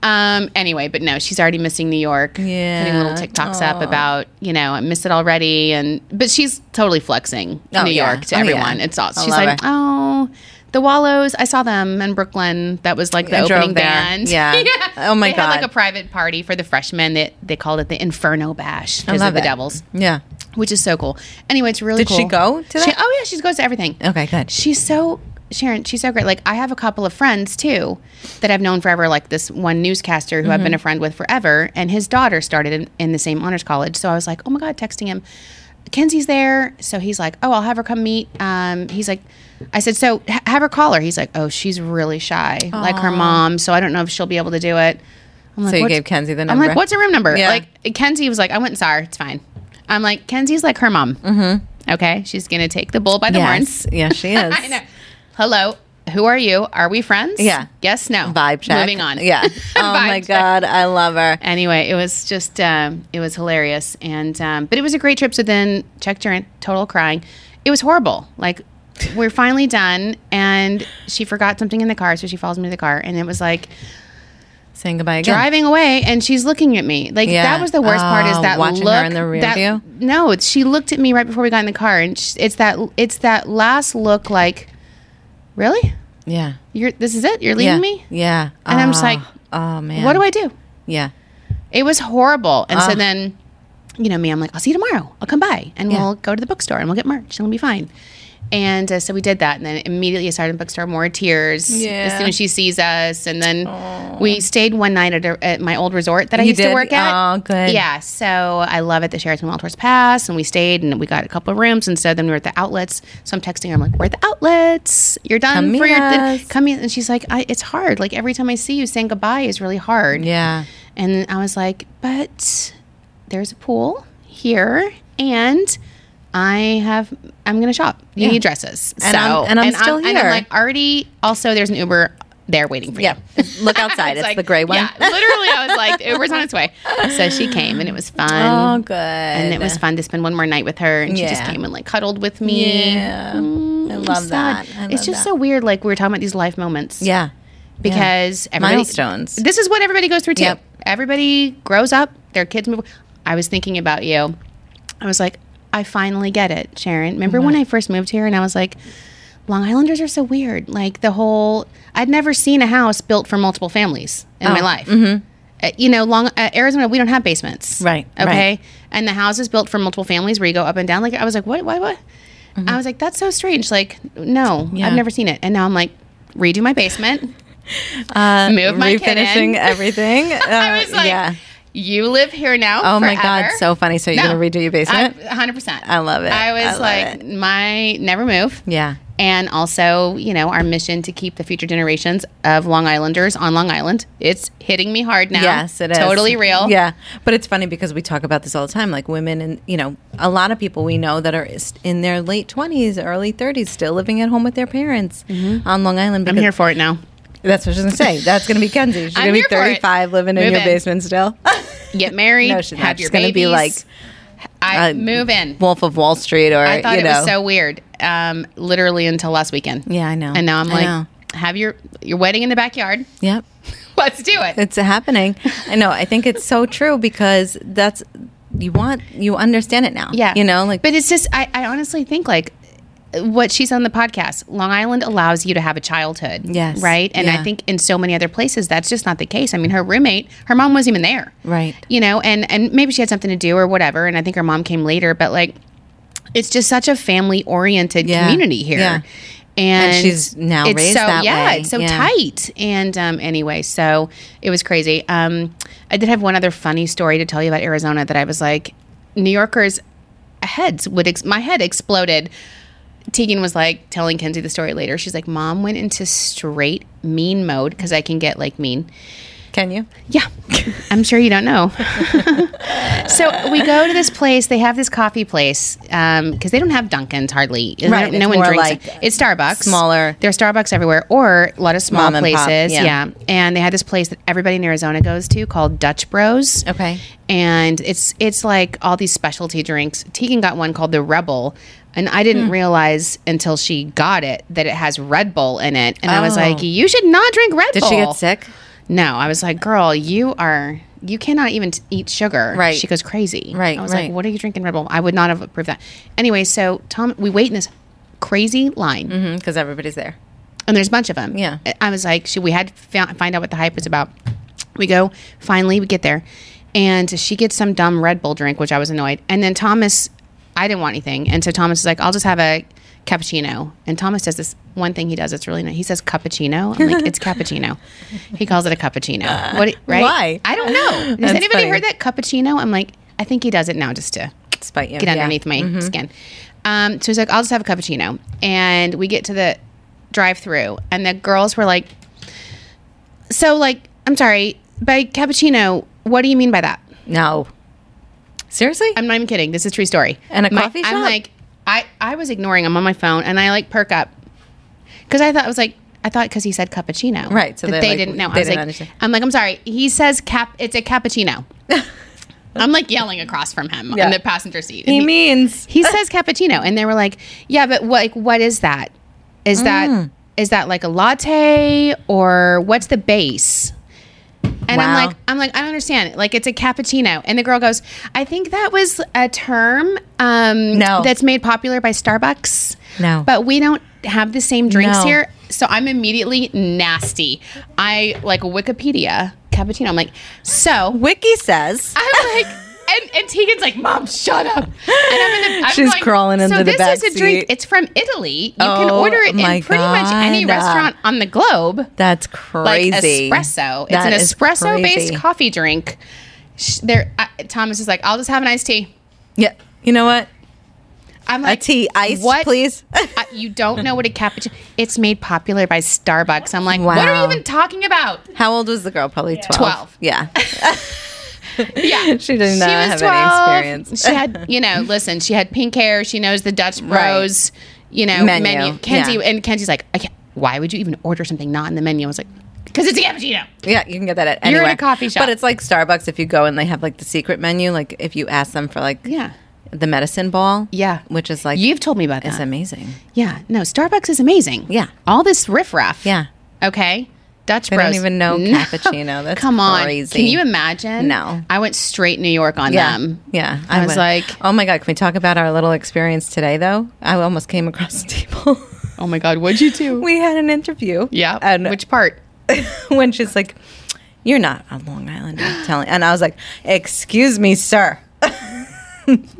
S2: Um, anyway, but no, she's already missing New York.
S1: Yeah.
S2: putting little TikToks up about you know I miss it already, and but she's totally flexing
S1: Oh,
S2: New
S1: yeah.
S2: York to
S1: Oh, yeah.
S2: everyone. It's all
S1: I
S2: she's
S1: love
S2: like,
S1: it.
S2: oh, the Wallows. I saw them in Brooklyn. That was like the
S1: I drove
S2: opening
S1: there.
S2: band. <laughs>
S1: Yeah. Oh, my
S2: they had like
S1: God.
S2: a private party for the freshmen. That they, called it the Inferno Bash because
S1: love
S2: of the
S1: it.
S2: Devils,
S1: Yeah.
S2: which is so cool. Anyway, it's really
S1: Did
S2: cool.
S1: she go to
S2: She-
S1: that?
S2: oh yeah, she goes to everything.
S1: Okay. Good.
S2: She's so Sharon, she's so great. Like I have a couple of friends too that I've known forever, like this one newscaster who I've
S1: Mm-hmm.
S2: been a friend with forever, and his daughter started in, in the same honors college. So I was like, Oh my god, texting him. Kenzie's there. So he's like, Oh, I'll have her come meet. Um, he's like I said, So ha- have her call her. He's like, Oh, she's really shy, like her mom, so I don't know if she'll be able to do it. I'm like,
S1: So you
S2: "What's-
S1: gave Kenzie the
S2: I'm
S1: number.
S2: like, what's her room number?
S1: Yeah.
S2: Like Kenzie was like, I went and saw her, it's fine. I'm like, Kenzie's like her mom. Mm-hmm. Okay. She's gonna take the bull by the horns.
S1: Yes. Yes,
S2: <laughs>
S1: she is.
S2: I know. Hello. Who are you? Are we friends?
S1: Yeah.
S2: Yes, no.
S1: Vibe check.
S2: Moving on. <laughs>
S1: Yeah. Oh
S2: Vibe
S1: my
S2: check.
S1: God, I love her.
S2: Anyway, it was just, um, it was hilarious. And, um, but it was a great trip. So then checked her in, total crying. It was horrible. Like, we're finally done. And she forgot something in the car. So she follows me to the car. And it was like
S1: Saying goodbye again.
S2: driving away and she's looking at me. Like,
S1: Yeah.
S2: that was the worst part is
S1: Oh,
S2: that
S1: watching
S2: look.
S1: her in the rear
S2: that-
S1: view?
S2: No, it's- she looked at me right before we got in the car. And sh it's that, it's that last look like, really?
S1: Yeah.
S2: you're this is it you're leaving
S1: Yeah.
S2: me
S1: Yeah.
S2: And I'm just
S1: Oh,
S2: like,
S1: oh man.
S2: what do i do
S1: Yeah.
S2: it was horrible and so
S1: Ugh.
S2: then you know me i'm like i'll see you tomorrow i'll come by and
S1: Yeah.
S2: we'll go to the bookstore and we'll get merch and we'll be fine and uh, so we did that and then immediately i started in the bookstore more tears as
S1: Yeah.
S2: soon as she sees us and then we stayed one night at, a, at my old resort that i
S1: You
S2: used to
S1: did?
S2: work at
S1: Oh, good.
S2: yeah so i love it the sheraton wild horse pass and we stayed and we got a couple of rooms and so then we were at the outlets so i'm texting her i'm like we're at the outlets you're done
S1: Come
S2: for
S1: meet
S2: your
S1: us.
S2: thi- come in and she's like I, it's hard like every time i see you saying goodbye is really hard
S1: Yeah.
S2: and I was like, but there's a pool here and I have I'm gonna shop. You
S1: Yeah.
S2: need dresses.
S1: And
S2: so
S1: I'm- and I'm still
S2: And I'm
S1: here.
S2: like already also there's an Uber there waiting for
S1: Yeah.
S2: you. <laughs>
S1: Look
S2: I
S1: outside. <laughs>
S2: was
S1: it's
S2: like-
S1: the gray one.
S2: Yeah, literally I was like, Uber's on its way. So she came and it was
S1: Oh,
S2: fun.
S1: good.
S2: and it was fun to spend one more night with her and she just
S1: Yeah.
S2: came and like cuddled with me.
S1: Yeah.
S2: Mm,
S1: I
S2: it was
S1: love
S2: sad.
S1: that. I
S2: it's
S1: love that.
S2: just so weird. Like we were talking about these life moments.
S1: Yeah.
S2: Because everybody
S1: Milestones.
S2: This is what everybody goes through too.
S1: Yep.
S2: Everybody grows up, their kids move. I was thinking about you. I was like, I finally get it, Sharon. Remember when I first moved here and I was like, Long Islanders are so weird. Like the whole, I'd never seen a house built for multiple families in
S1: Oh,
S2: my life. Uh, you know, Long uh, Arizona, we don't have basements,
S1: mm-hmm. Right,
S2: Okay,
S1: right.
S2: and the house is built for multiple families where you go up and down. Like I was like, what, why, what? I was like, that's so strange. Like, no,
S1: Mm-hmm. Yeah.
S2: I've never seen it. And now I'm like, redo my basement.
S1: Uh,
S2: <laughs> Move my kid
S1: refinishing
S2: in.
S1: everything. <laughs> Uh,
S2: <laughs> I was like,
S1: yeah.
S2: you live here now.
S1: Oh my God,
S2: forever.
S1: so funny. So you're
S2: No.
S1: gonna redo your basement?
S2: I- 100%.
S1: I love it.
S2: I
S1: I
S2: was
S1: love
S2: like, my never move.
S1: yeah.
S2: And also, you know, our mission to keep the future generations of Long Islanders on Long Island. It's hitting me hard now.
S1: Yes, it is.
S2: Totally real.
S1: Yeah. But it's funny because we talk about this all the time. Like women and, you know, a lot of people we know that are is- in their late 20s, early 30s, still living at home with their parents
S2: Mm-hmm.
S1: on Long Island.
S2: I'm
S1: because-
S2: here for it now.
S1: That's what she's going to say. That's going to be Kenzie. She's
S2: I'm
S1: going to be
S2: here for it.
S1: 35 living in
S2: Move
S1: your
S2: in.
S1: basement still. <laughs>
S2: Get married.
S1: no, she's
S2: have
S1: not. She's
S2: your
S1: going to be
S2: babies.
S1: like
S2: I
S1: uh,
S2: move in.
S1: Wolf of Wall Street or,
S2: I thought
S1: you
S2: it
S1: know.
S2: was so weird. Um, literally until last weekend.
S1: yeah, I know.
S2: And now I'm
S1: I
S2: like,
S1: know.
S2: have your your wedding in the backyard. <laughs>
S1: yep.
S2: Let's do it.
S1: It's happening. I know. I think it's so true because that's you want you understand it now.
S2: Yeah.
S1: You know, like
S2: But it's just I, I honestly think like what she's on the podcast, Long Island allows you to have a childhood.
S1: Yes.
S2: Right. And
S1: Yeah.
S2: I think in so many other places that's just not the case. I mean, her roommate, her mom wasn't even there.
S1: Right.
S2: You know, and and maybe she had something to do or whatever. And I think her mom came later, but like it's just such a family oriented
S1: Yeah.
S2: community here.
S1: Yeah.
S2: And,
S1: And she's now
S2: it's
S1: raised
S2: so,
S1: that
S2: yeah,
S1: way.
S2: it's so
S1: Yeah.
S2: tight. And um, anyway, so it was crazy. Um, I did have one other funny story to tell you about Arizona that I was like, New Yorkers' heads would ex- my head exploded. Tegan was like telling Kenzie the story later. She's like, "Mom went into straight mean mode because I can get like mean."
S1: can you?
S2: Yeah, I'm sure you don't know. <laughs> so we go to this place. They have this coffee place because they don't have Dunkin's hardly. They
S1: Right,
S2: don't-
S1: it's
S2: No one
S1: more
S2: drinks.
S1: like
S2: it. it's Starbucks.
S1: smaller-
S2: There are Starbucks everywhere, or a lot of small
S1: Mom and pop,
S2: places.
S1: yeah.
S2: yeah. And they had this place that everybody in Arizona goes to called Dutch Bros
S1: Okay.
S2: and it's it's like all these specialty drinks. Tegan got one called the Rebel, and I
S1: Hmm.
S2: didn't realize until she got it that it has Red Bull in it, and I was
S1: Oh.
S2: like, "You should not drink Red
S1: Did
S2: Bull."
S1: she get sick?
S2: No, I was like, "Girl, you are." You cannot even t- eat sugar.
S1: Right.
S2: She goes crazy.
S1: Right,
S2: I was
S1: right.
S2: like, what are you drinking Red Bull? I would not have approved that. Anyway, so Tom, we wait in this crazy line
S1: Because Mm-hmm, everybody's there.
S2: and there's a bunch of them.
S1: Yeah.
S2: I- I was like, she, we had to fou- find out what the hype was about. We go, finally, we get there, and she gets some dumb Red Bull drink, which I was annoyed. And then Thomas, I didn't want anything. And so Thomas is like, I'll just have a cappuccino. And Thomas does this one thing he does that's really nice. He says cappuccino. I'm like,
S1: <laughs>
S2: it's cappuccino. He calls it a cappuccino. What, right?
S1: Uh, why?
S2: I don't know. Has
S1: That's
S2: anybody
S1: funny.
S2: heard that cappuccino? I'm like, I think he does it now just to
S1: Despite you.
S2: get
S1: Yeah. Mm. Mm-hmm.
S2: underneath my skin. Um, so he's like, I'll just have a cappuccino. And we get to the drive through, and the girls were like, So, like, I'm sorry, by cappuccino, what do you mean by that?
S1: No. Seriously?
S2: I'm not even kidding. This is a true story.
S1: And a
S2: My-
S1: coffee
S2: I'm
S1: shop?
S2: like, I, I was ignoring him on my phone, and I like perk up because I thought, I was like, I thought because he said cappuccino.
S1: Right, so
S2: that
S1: they're
S2: they
S1: like-
S2: didn't know.
S1: they
S2: I was
S1: didn't
S2: like,
S1: understand.
S2: I'm like, I'm sorry. He says cap, it's
S1: <laughs>
S2: a cappuccino. I'm like yelling across from him
S1: Yeah.
S2: in the passenger seat.
S1: he
S2: And
S1: means
S2: he says cappuccino and they were like yeah but what, like what is that is
S1: Mm.
S2: that is that like a latte or what's the base and
S1: Wow.
S2: I'm like, I'm like, I don't understand. Like, it's a cappuccino, and the girl goes, "I think that was a term um,
S1: No.
S2: that's made popular by Starbucks.
S1: No.
S2: but we don't have the same drinks
S1: No.
S2: here, so I'm immediately nasty. I like Wikipedia cappuccino. I'm like, so
S1: Wiki says
S2: I'm like, and, and Tegan's like, Mom, shut up. And I'm in the, I'm
S1: She's
S2: going,
S1: crawling
S2: so
S1: into the
S2: this
S1: back
S2: is a drink.
S1: seat."
S2: It's from Italy. You can
S1: Oh,
S2: order it in
S1: my
S2: pretty much any
S1: God.
S2: restaurant on the globe.
S1: that's
S2: Like
S1: crazy.
S2: espresso. It's
S1: That
S2: an
S1: is
S2: espresso
S1: crazy.
S2: based coffee drink. Sh- There, I, Thomas is like, I'll just have an iced tea.
S1: Yeah. You know what?
S2: I'm
S1: A
S2: like,
S1: tea iced,
S2: what?
S1: please.
S2: <laughs> I, you don't know what a cappuccino. It's made popular by Starbucks. I'm like, what are
S1: Wow.
S2: you even talking about?
S1: How old was the girl? Probably 12.
S2: 12.
S1: Yeah.
S2: <laughs>
S1: <laughs>
S2: Yeah,
S1: She did not have any experience. <laughs>
S2: she had, you know, listen, she had pink hair. She knows the Dutch Bros, you know,
S1: Menu,
S2: menu. Kenzie
S1: yeah.
S2: and Kenzie's like, I can't, why would you even order something not in the menu? I was like, because it's a cappuccino.
S1: Yeah, you can get that at
S2: You're in
S1: anywhere.
S2: a coffee shop.
S1: But it's like Starbucks if you go and they have like the secret menu. Like if you ask them for like
S2: Yeah.
S1: the medicine ball.
S2: Yeah.
S1: Which is like,
S2: You've told me about
S1: it's
S2: that.
S1: amazing.
S2: yeah, no, Starbucks is amazing.
S1: Yeah.
S2: all this riffraff.
S1: Yeah.
S2: okay. Dutch
S1: They
S2: Bros.
S1: don't even know
S2: <laughs> No.
S1: cappuccino. That's
S2: Come on,
S1: crazy.
S2: can you imagine?
S1: No.
S2: I went straight New York on
S1: Yeah.
S2: them.
S1: yeah.
S2: Um, I was
S1: would.
S2: like-
S1: oh my God, can we talk about our little experience today though? I almost came across a table. <laughs>
S2: Oh my God, what'd you do?
S1: we had an interview.
S2: yeah,
S1: And
S2: which part?
S1: <laughs> when she's like, you're not on Long Island, I'm telling. And I was like, excuse me, sir. <laughs> she's,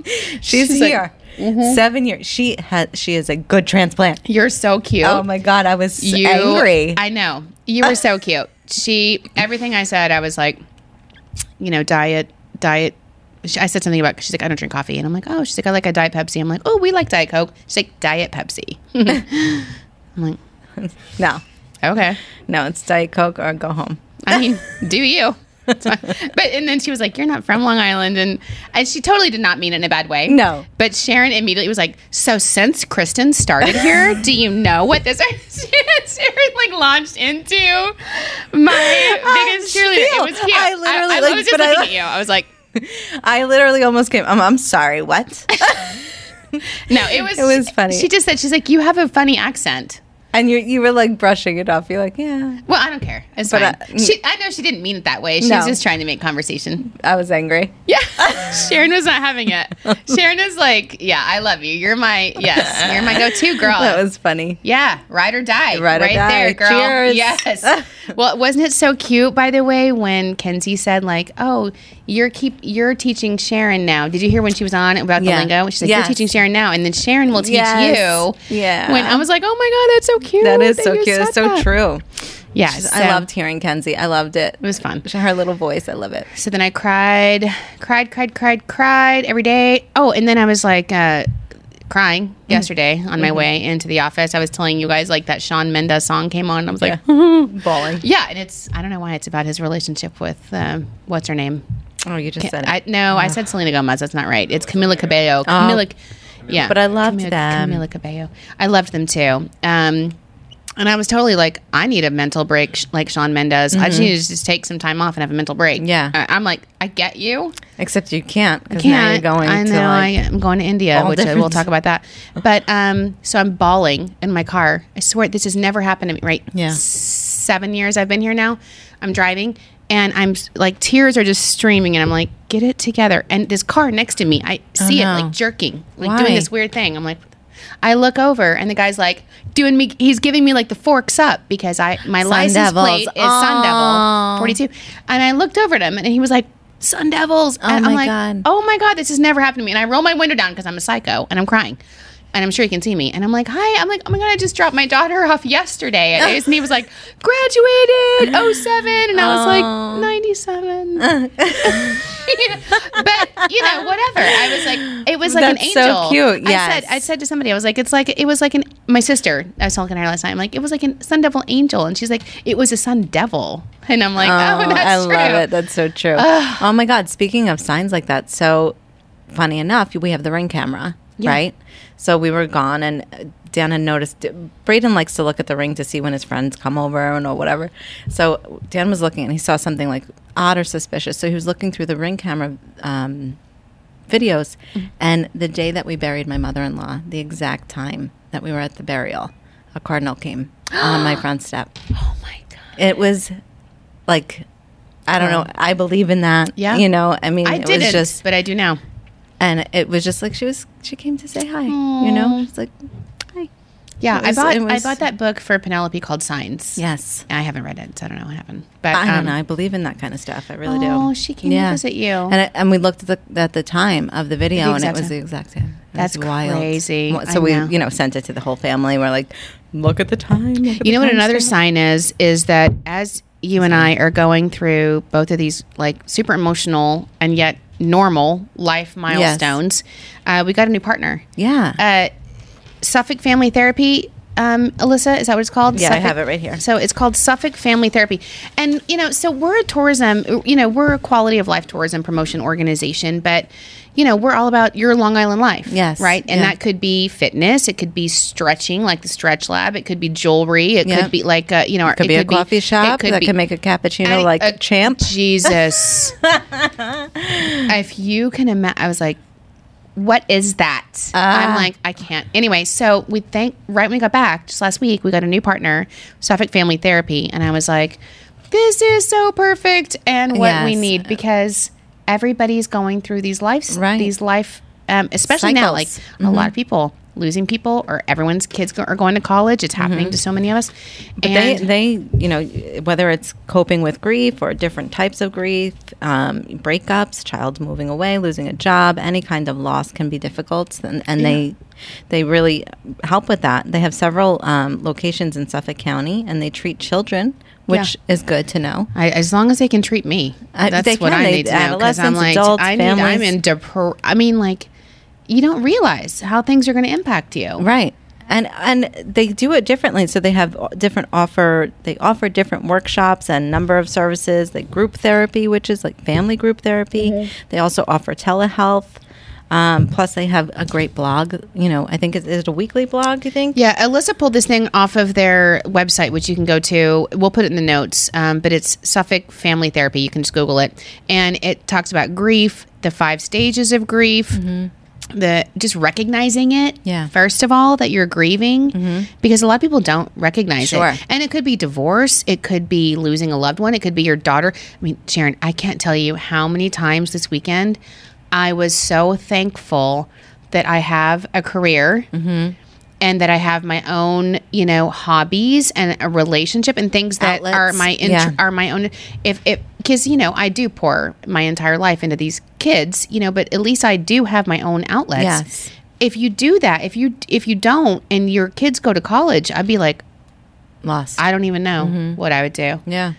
S2: She's like, "Mm-hmm."
S1: here. Seven years. She has. She is a good transplant.
S2: You're so cute.
S1: Oh my god, I was so angry.
S2: I know. You were so cute. She everything I said, I was like, you know, diet, diet. She, I said something about she's like, I don't drink coffee, and I'm like, oh, she's like, I like a diet Pepsi. I'm like, oh, we like diet Coke. She's like, diet Pepsi. <laughs> I'm like,
S1: no,
S2: okay.
S1: no, it's Diet Coke or go home. <laughs>
S2: I mean, do you? It's fine. but and then she was like, "You're not from Long Island," and and she totally did not mean it in a bad way.
S1: No.
S2: But Sharon immediately was like, "So since Kristen started
S1: <laughs>
S2: here, do you know what this?" <laughs> Sharon like launched into my biggest
S1: I
S2: cheerleader.
S1: feel-
S2: It was cute.
S1: I literally,
S2: I, I
S1: like,
S2: was just
S1: but I
S2: looking
S1: like-
S2: at you. I was like,
S1: I literally almost came. I'm, I'm sorry. What? <laughs>
S2: "No, it was."
S1: It was funny.
S2: She just said, "She's like, you have a funny accent."
S1: And you you were like brushing it off. You're like, yeah.
S2: Well, I don't care. It's
S1: But,
S2: fine.
S1: uh,
S2: she, I know she didn't mean it that way. She was
S1: No.
S2: just trying to make conversation.
S1: I was angry. <laughs>
S2: Yeah. <laughs> Sharon was not having it. Sharon is like, yeah, I love you. You're my, yes, you're my
S1: <laughs>
S2: go-to girl.
S1: That was funny.
S2: Yeah, ride or die.
S1: Ride or
S2: right
S1: die.
S2: there, girl.
S1: Cheers. <laughs>
S2: Yes. well, wasn't it so cute, by the way, when Kenzie said, like, oh, you're keep you're teaching Sharon now. Did you hear when she was on about
S1: Yeah.
S2: the lingo? She's like,
S1: Yes.
S2: You're teaching Sharon now, and then Sharon will teach
S1: Yes.
S2: you.
S1: Yeah.
S2: When I was like, Oh my god, that's so cute.
S1: That is so
S2: you
S1: cute. It's
S2: said
S1: so
S2: that."
S1: true.
S2: Yeah.
S1: I
S2: so
S1: loved hearing Kenzie. I loved it.
S2: it was fun.
S1: Her little voice. I love
S2: <laughs>
S1: it.
S2: So then I cried, cried, cried, cried, cried every day. Oh, and then I was like uh, crying
S1: Mm-hmm.
S2: yesterday on my way into the office. I was telling you guys like that Sean Mendes song came on. I was like,
S1: Bawling.
S2: <gasps> Yeah, and it's I don't know why it's about his relationship with um, what's her name.
S1: Oh, you just said it.
S2: I no, I said Selena Gomez. That's not right. It's
S1: Oh,
S2: Camila Cabello. Camila, yeah.
S1: But I loved
S2: Camila,
S1: them.
S2: Camila Cabello. I loved them too. Um, and I was totally like, I need a mental break, sh- like Sean Mendes. I just need to just take some time off and have a mental break.
S1: Mm-hmm. Yeah.
S2: I, am like, I get you.
S1: Except you can't because now you're
S2: Can't-
S1: going
S2: I know.
S1: to like.
S2: I, am going to India,
S1: all
S2: which I, we'll
S1: different-
S2: talk
S1: <laughs>
S2: about that. But um, so I'm bawling in my car. I swear this has never happened to me. Right?
S1: Yeah.
S2: Seven years I've been here now. I'm driving, and I'm s- like tears are just streaming, and I'm like, get it together. And this car next to me, I see
S1: Oh, no.
S2: it like jerking, like
S1: Why?
S2: doing this weird thing. I'm like. I look over and the guy's like doing me. He's giving me like the forks up because I my license
S1: Devils. Oh.
S2: plate is Sun Devil forty two, and I looked over at him and he was like Sun Devils. and
S1: my
S2: I'm like,
S1: God.
S2: oh my god, this has never happened to me. And I roll my window down because I'm a psycho and I'm crying. And I'm sure he can see me. And I'm like, hi. I'm like, oh my God, I just dropped my daughter off yesterday. At Ace. And E." he was like, graduated 07. And I was
S1: Oh.
S2: like, 97.
S1: <laughs>
S2: <laughs> but, you know, whatever. I was like, it was like an
S1: That's so
S2: angel.
S1: cute.
S2: I
S1: Yes.
S2: said, I said to somebody, I was like, it's like, it was like an, my sister, I was talking to her last night. I'm like, it was like a sun devil angel. And she's like, it was a sun devil. And I'm like, oh,
S1: Oh, I
S2: that's true.
S1: love it. That's so true. oh my God. Speaking of signs like that, so funny enough, we have the ring camera, right? So we were gone, and uh, Dana noticed. Braden likes to look at the ring to see when his friends come over and or whatever. So Dan was looking, and he saw something like odd or suspicious. So he was looking through the ring camera. Um, videos.
S2: Mm-hmm.
S1: And the day that we buried my mother in law, the exact time that we were at the burial, a cardinal came on
S2: <gasps>
S1: my front step.
S2: Oh my God.
S1: It was like, I don't know. I believe in that.
S2: Yeah.
S1: You know, I mean,
S2: I
S1: it
S2: didn't,
S1: was just,
S2: but I do now.
S1: and it was just like she was, she came to say hi, you know? She's like, hi.
S2: Yeah,
S1: It was-
S2: I bought
S1: it was-
S2: I bought that book for Penelope called Signs.
S1: Yes.
S2: I haven't read it, so I don't know what happened. But
S1: I
S2: um,
S1: don't know. I believe in that kind of stuff. I really do.
S2: Oh, she came to visit you.
S1: and I, and we looked at the at the time of the video,
S2: The
S1: and it
S2: exact
S1: was
S2: time.
S1: the exact time. It
S2: That's
S1: was wild.
S2: crazy.
S1: Mo-
S2: I
S1: So we,
S2: know.
S1: you know, sent it to the whole family. We're like, look at the time. look at
S2: You
S1: the
S2: know what
S1: time
S2: another
S1: stamp."
S2: sign is is that as you and I are going through both of these like super emotional and yet normal life milestones, uh, we got a new partner.
S1: Yeah.
S2: Uh, Suffolk Family Therapy. Um, Alyssa, is that what it's called?
S1: Yeah, I
S2: Suffolk-
S1: have it right here.
S2: So it's called Suffolk Family Therapy, and you know, so we're a tourism, you know, we're a quality of life tourism promotion organization, but you know, we're all about your Long Island life,
S1: Yes,
S2: right? And
S1: yeah.
S2: that could be fitness, it could be stretching, like the Stretch Lab, it could be jewelry, it
S1: Yeah.
S2: could be like uh, you know, it
S1: could be a coffee shop that could make a cappuccino
S2: I- uh,
S1: like
S2: a-
S1: champ.
S2: Jesus. <laughs> if you can imagine, I was like, what is that?
S1: Ah.
S2: I'm like, I can't. Anyway, so we thank, right when we got back, just last week, we got a new partner, Suffolk Family Therapy. And I was like, this is so perfect and what we
S1: Yes.
S2: need because everybody's going through these lives,
S1: Right.
S2: these life, um, especially now, like
S1: Cycles. Mm-hmm.
S2: a lot of people losing people or everyone's kids go- are going to college. It's happening to so many of us.
S1: Mm-hmm. they, they, you know, whether it's coping with grief or different types of grief, um, breakups, child moving away, losing a job, any kind of loss can be difficult, and, and they, they really help with that. They have several um, locations in Suffolk County, and they treat children, which is good to know.
S2: I, as long as they can treat me,
S1: I-
S2: that's
S1: Uh, they
S2: what
S1: can.
S2: I
S1: They-
S2: need to know. Because I'm
S1: adolescents,
S2: like,
S1: adults,
S2: I need, I'm
S1: families.
S2: in. Depr- I mean, like, you don't realize how things are going to impact you.
S1: Right. And and they do it differently. So they have o- different offer. They offer different workshops and number of services. Like group therapy, which is like family group therapy.
S2: Mm-hmm.
S1: They also offer telehealth. Um, plus, they have a great blog. You know, I think it's, is it a weekly blog. You think?
S2: Yeah, Alyssa pulled this thing off of their website, which you can go to. We'll put it in the notes, um, but it's Suffolk Family Therapy. You can just Google it, and it talks about grief, the five stages of grief, the just recognizing it
S1: Mm-hmm. Yeah. Mm-hmm.
S2: first of all that you're grieving because a lot of people don't recognize
S1: Sure.
S2: it and it could be divorce it could be losing a loved one it could be your daughter i mean sharon i can't tell you how many times this weekend i was so thankful that i have a career
S1: Mm-hmm.
S2: and that i have my own you know hobbies and a relationship and things that are
S1: Outlets.
S2: my int-
S1: Yeah.
S2: are my own if it because you know i do pour my entire life into these kids you know but at least i do have my own outlets
S1: Yes.
S2: if you do that if you if you don't and your kids go to college i'd be like
S1: Lost.
S2: i don't even know
S1: Mm-hmm.
S2: what i would do
S1: yeah.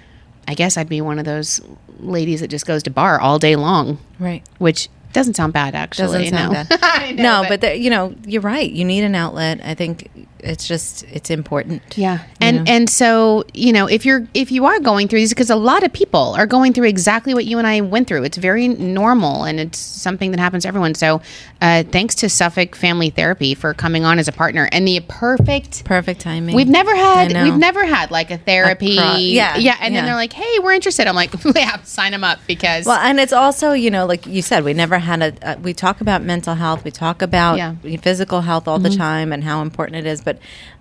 S2: i guess i'd be one of those ladies that just goes to bar all day long
S1: Right.
S2: which doesn't sound bad actually
S1: Doesn't sound
S2: <laughs> no.
S1: bad.
S2: I know,
S1: no, but, the, you know, you're right. You need an outlet. I think it's just it's important.
S2: Yeah. And and so, you know, if you're if you are going through these because a lot of people are going through exactly what you and I went through. It's very normal and it's something that happens to everyone. So, uh, thanks to Suffolk Family Therapy for coming on as a partner and the perfect
S1: Perfect timing.
S2: We've never had
S1: know.
S2: we've never had like a therapy.
S1: A pro- yeah,
S2: Yeah, and
S1: yeah.
S2: then they're like, "Hey, we're interested." I'm like, <laughs> "Yeah, sign them up because
S1: Well, and it's also, you know, like you said, we never had a, uh, we talk about mental health, we talk about
S2: Yeah. Mm-hmm.
S1: physical health all the time and how important it is, but,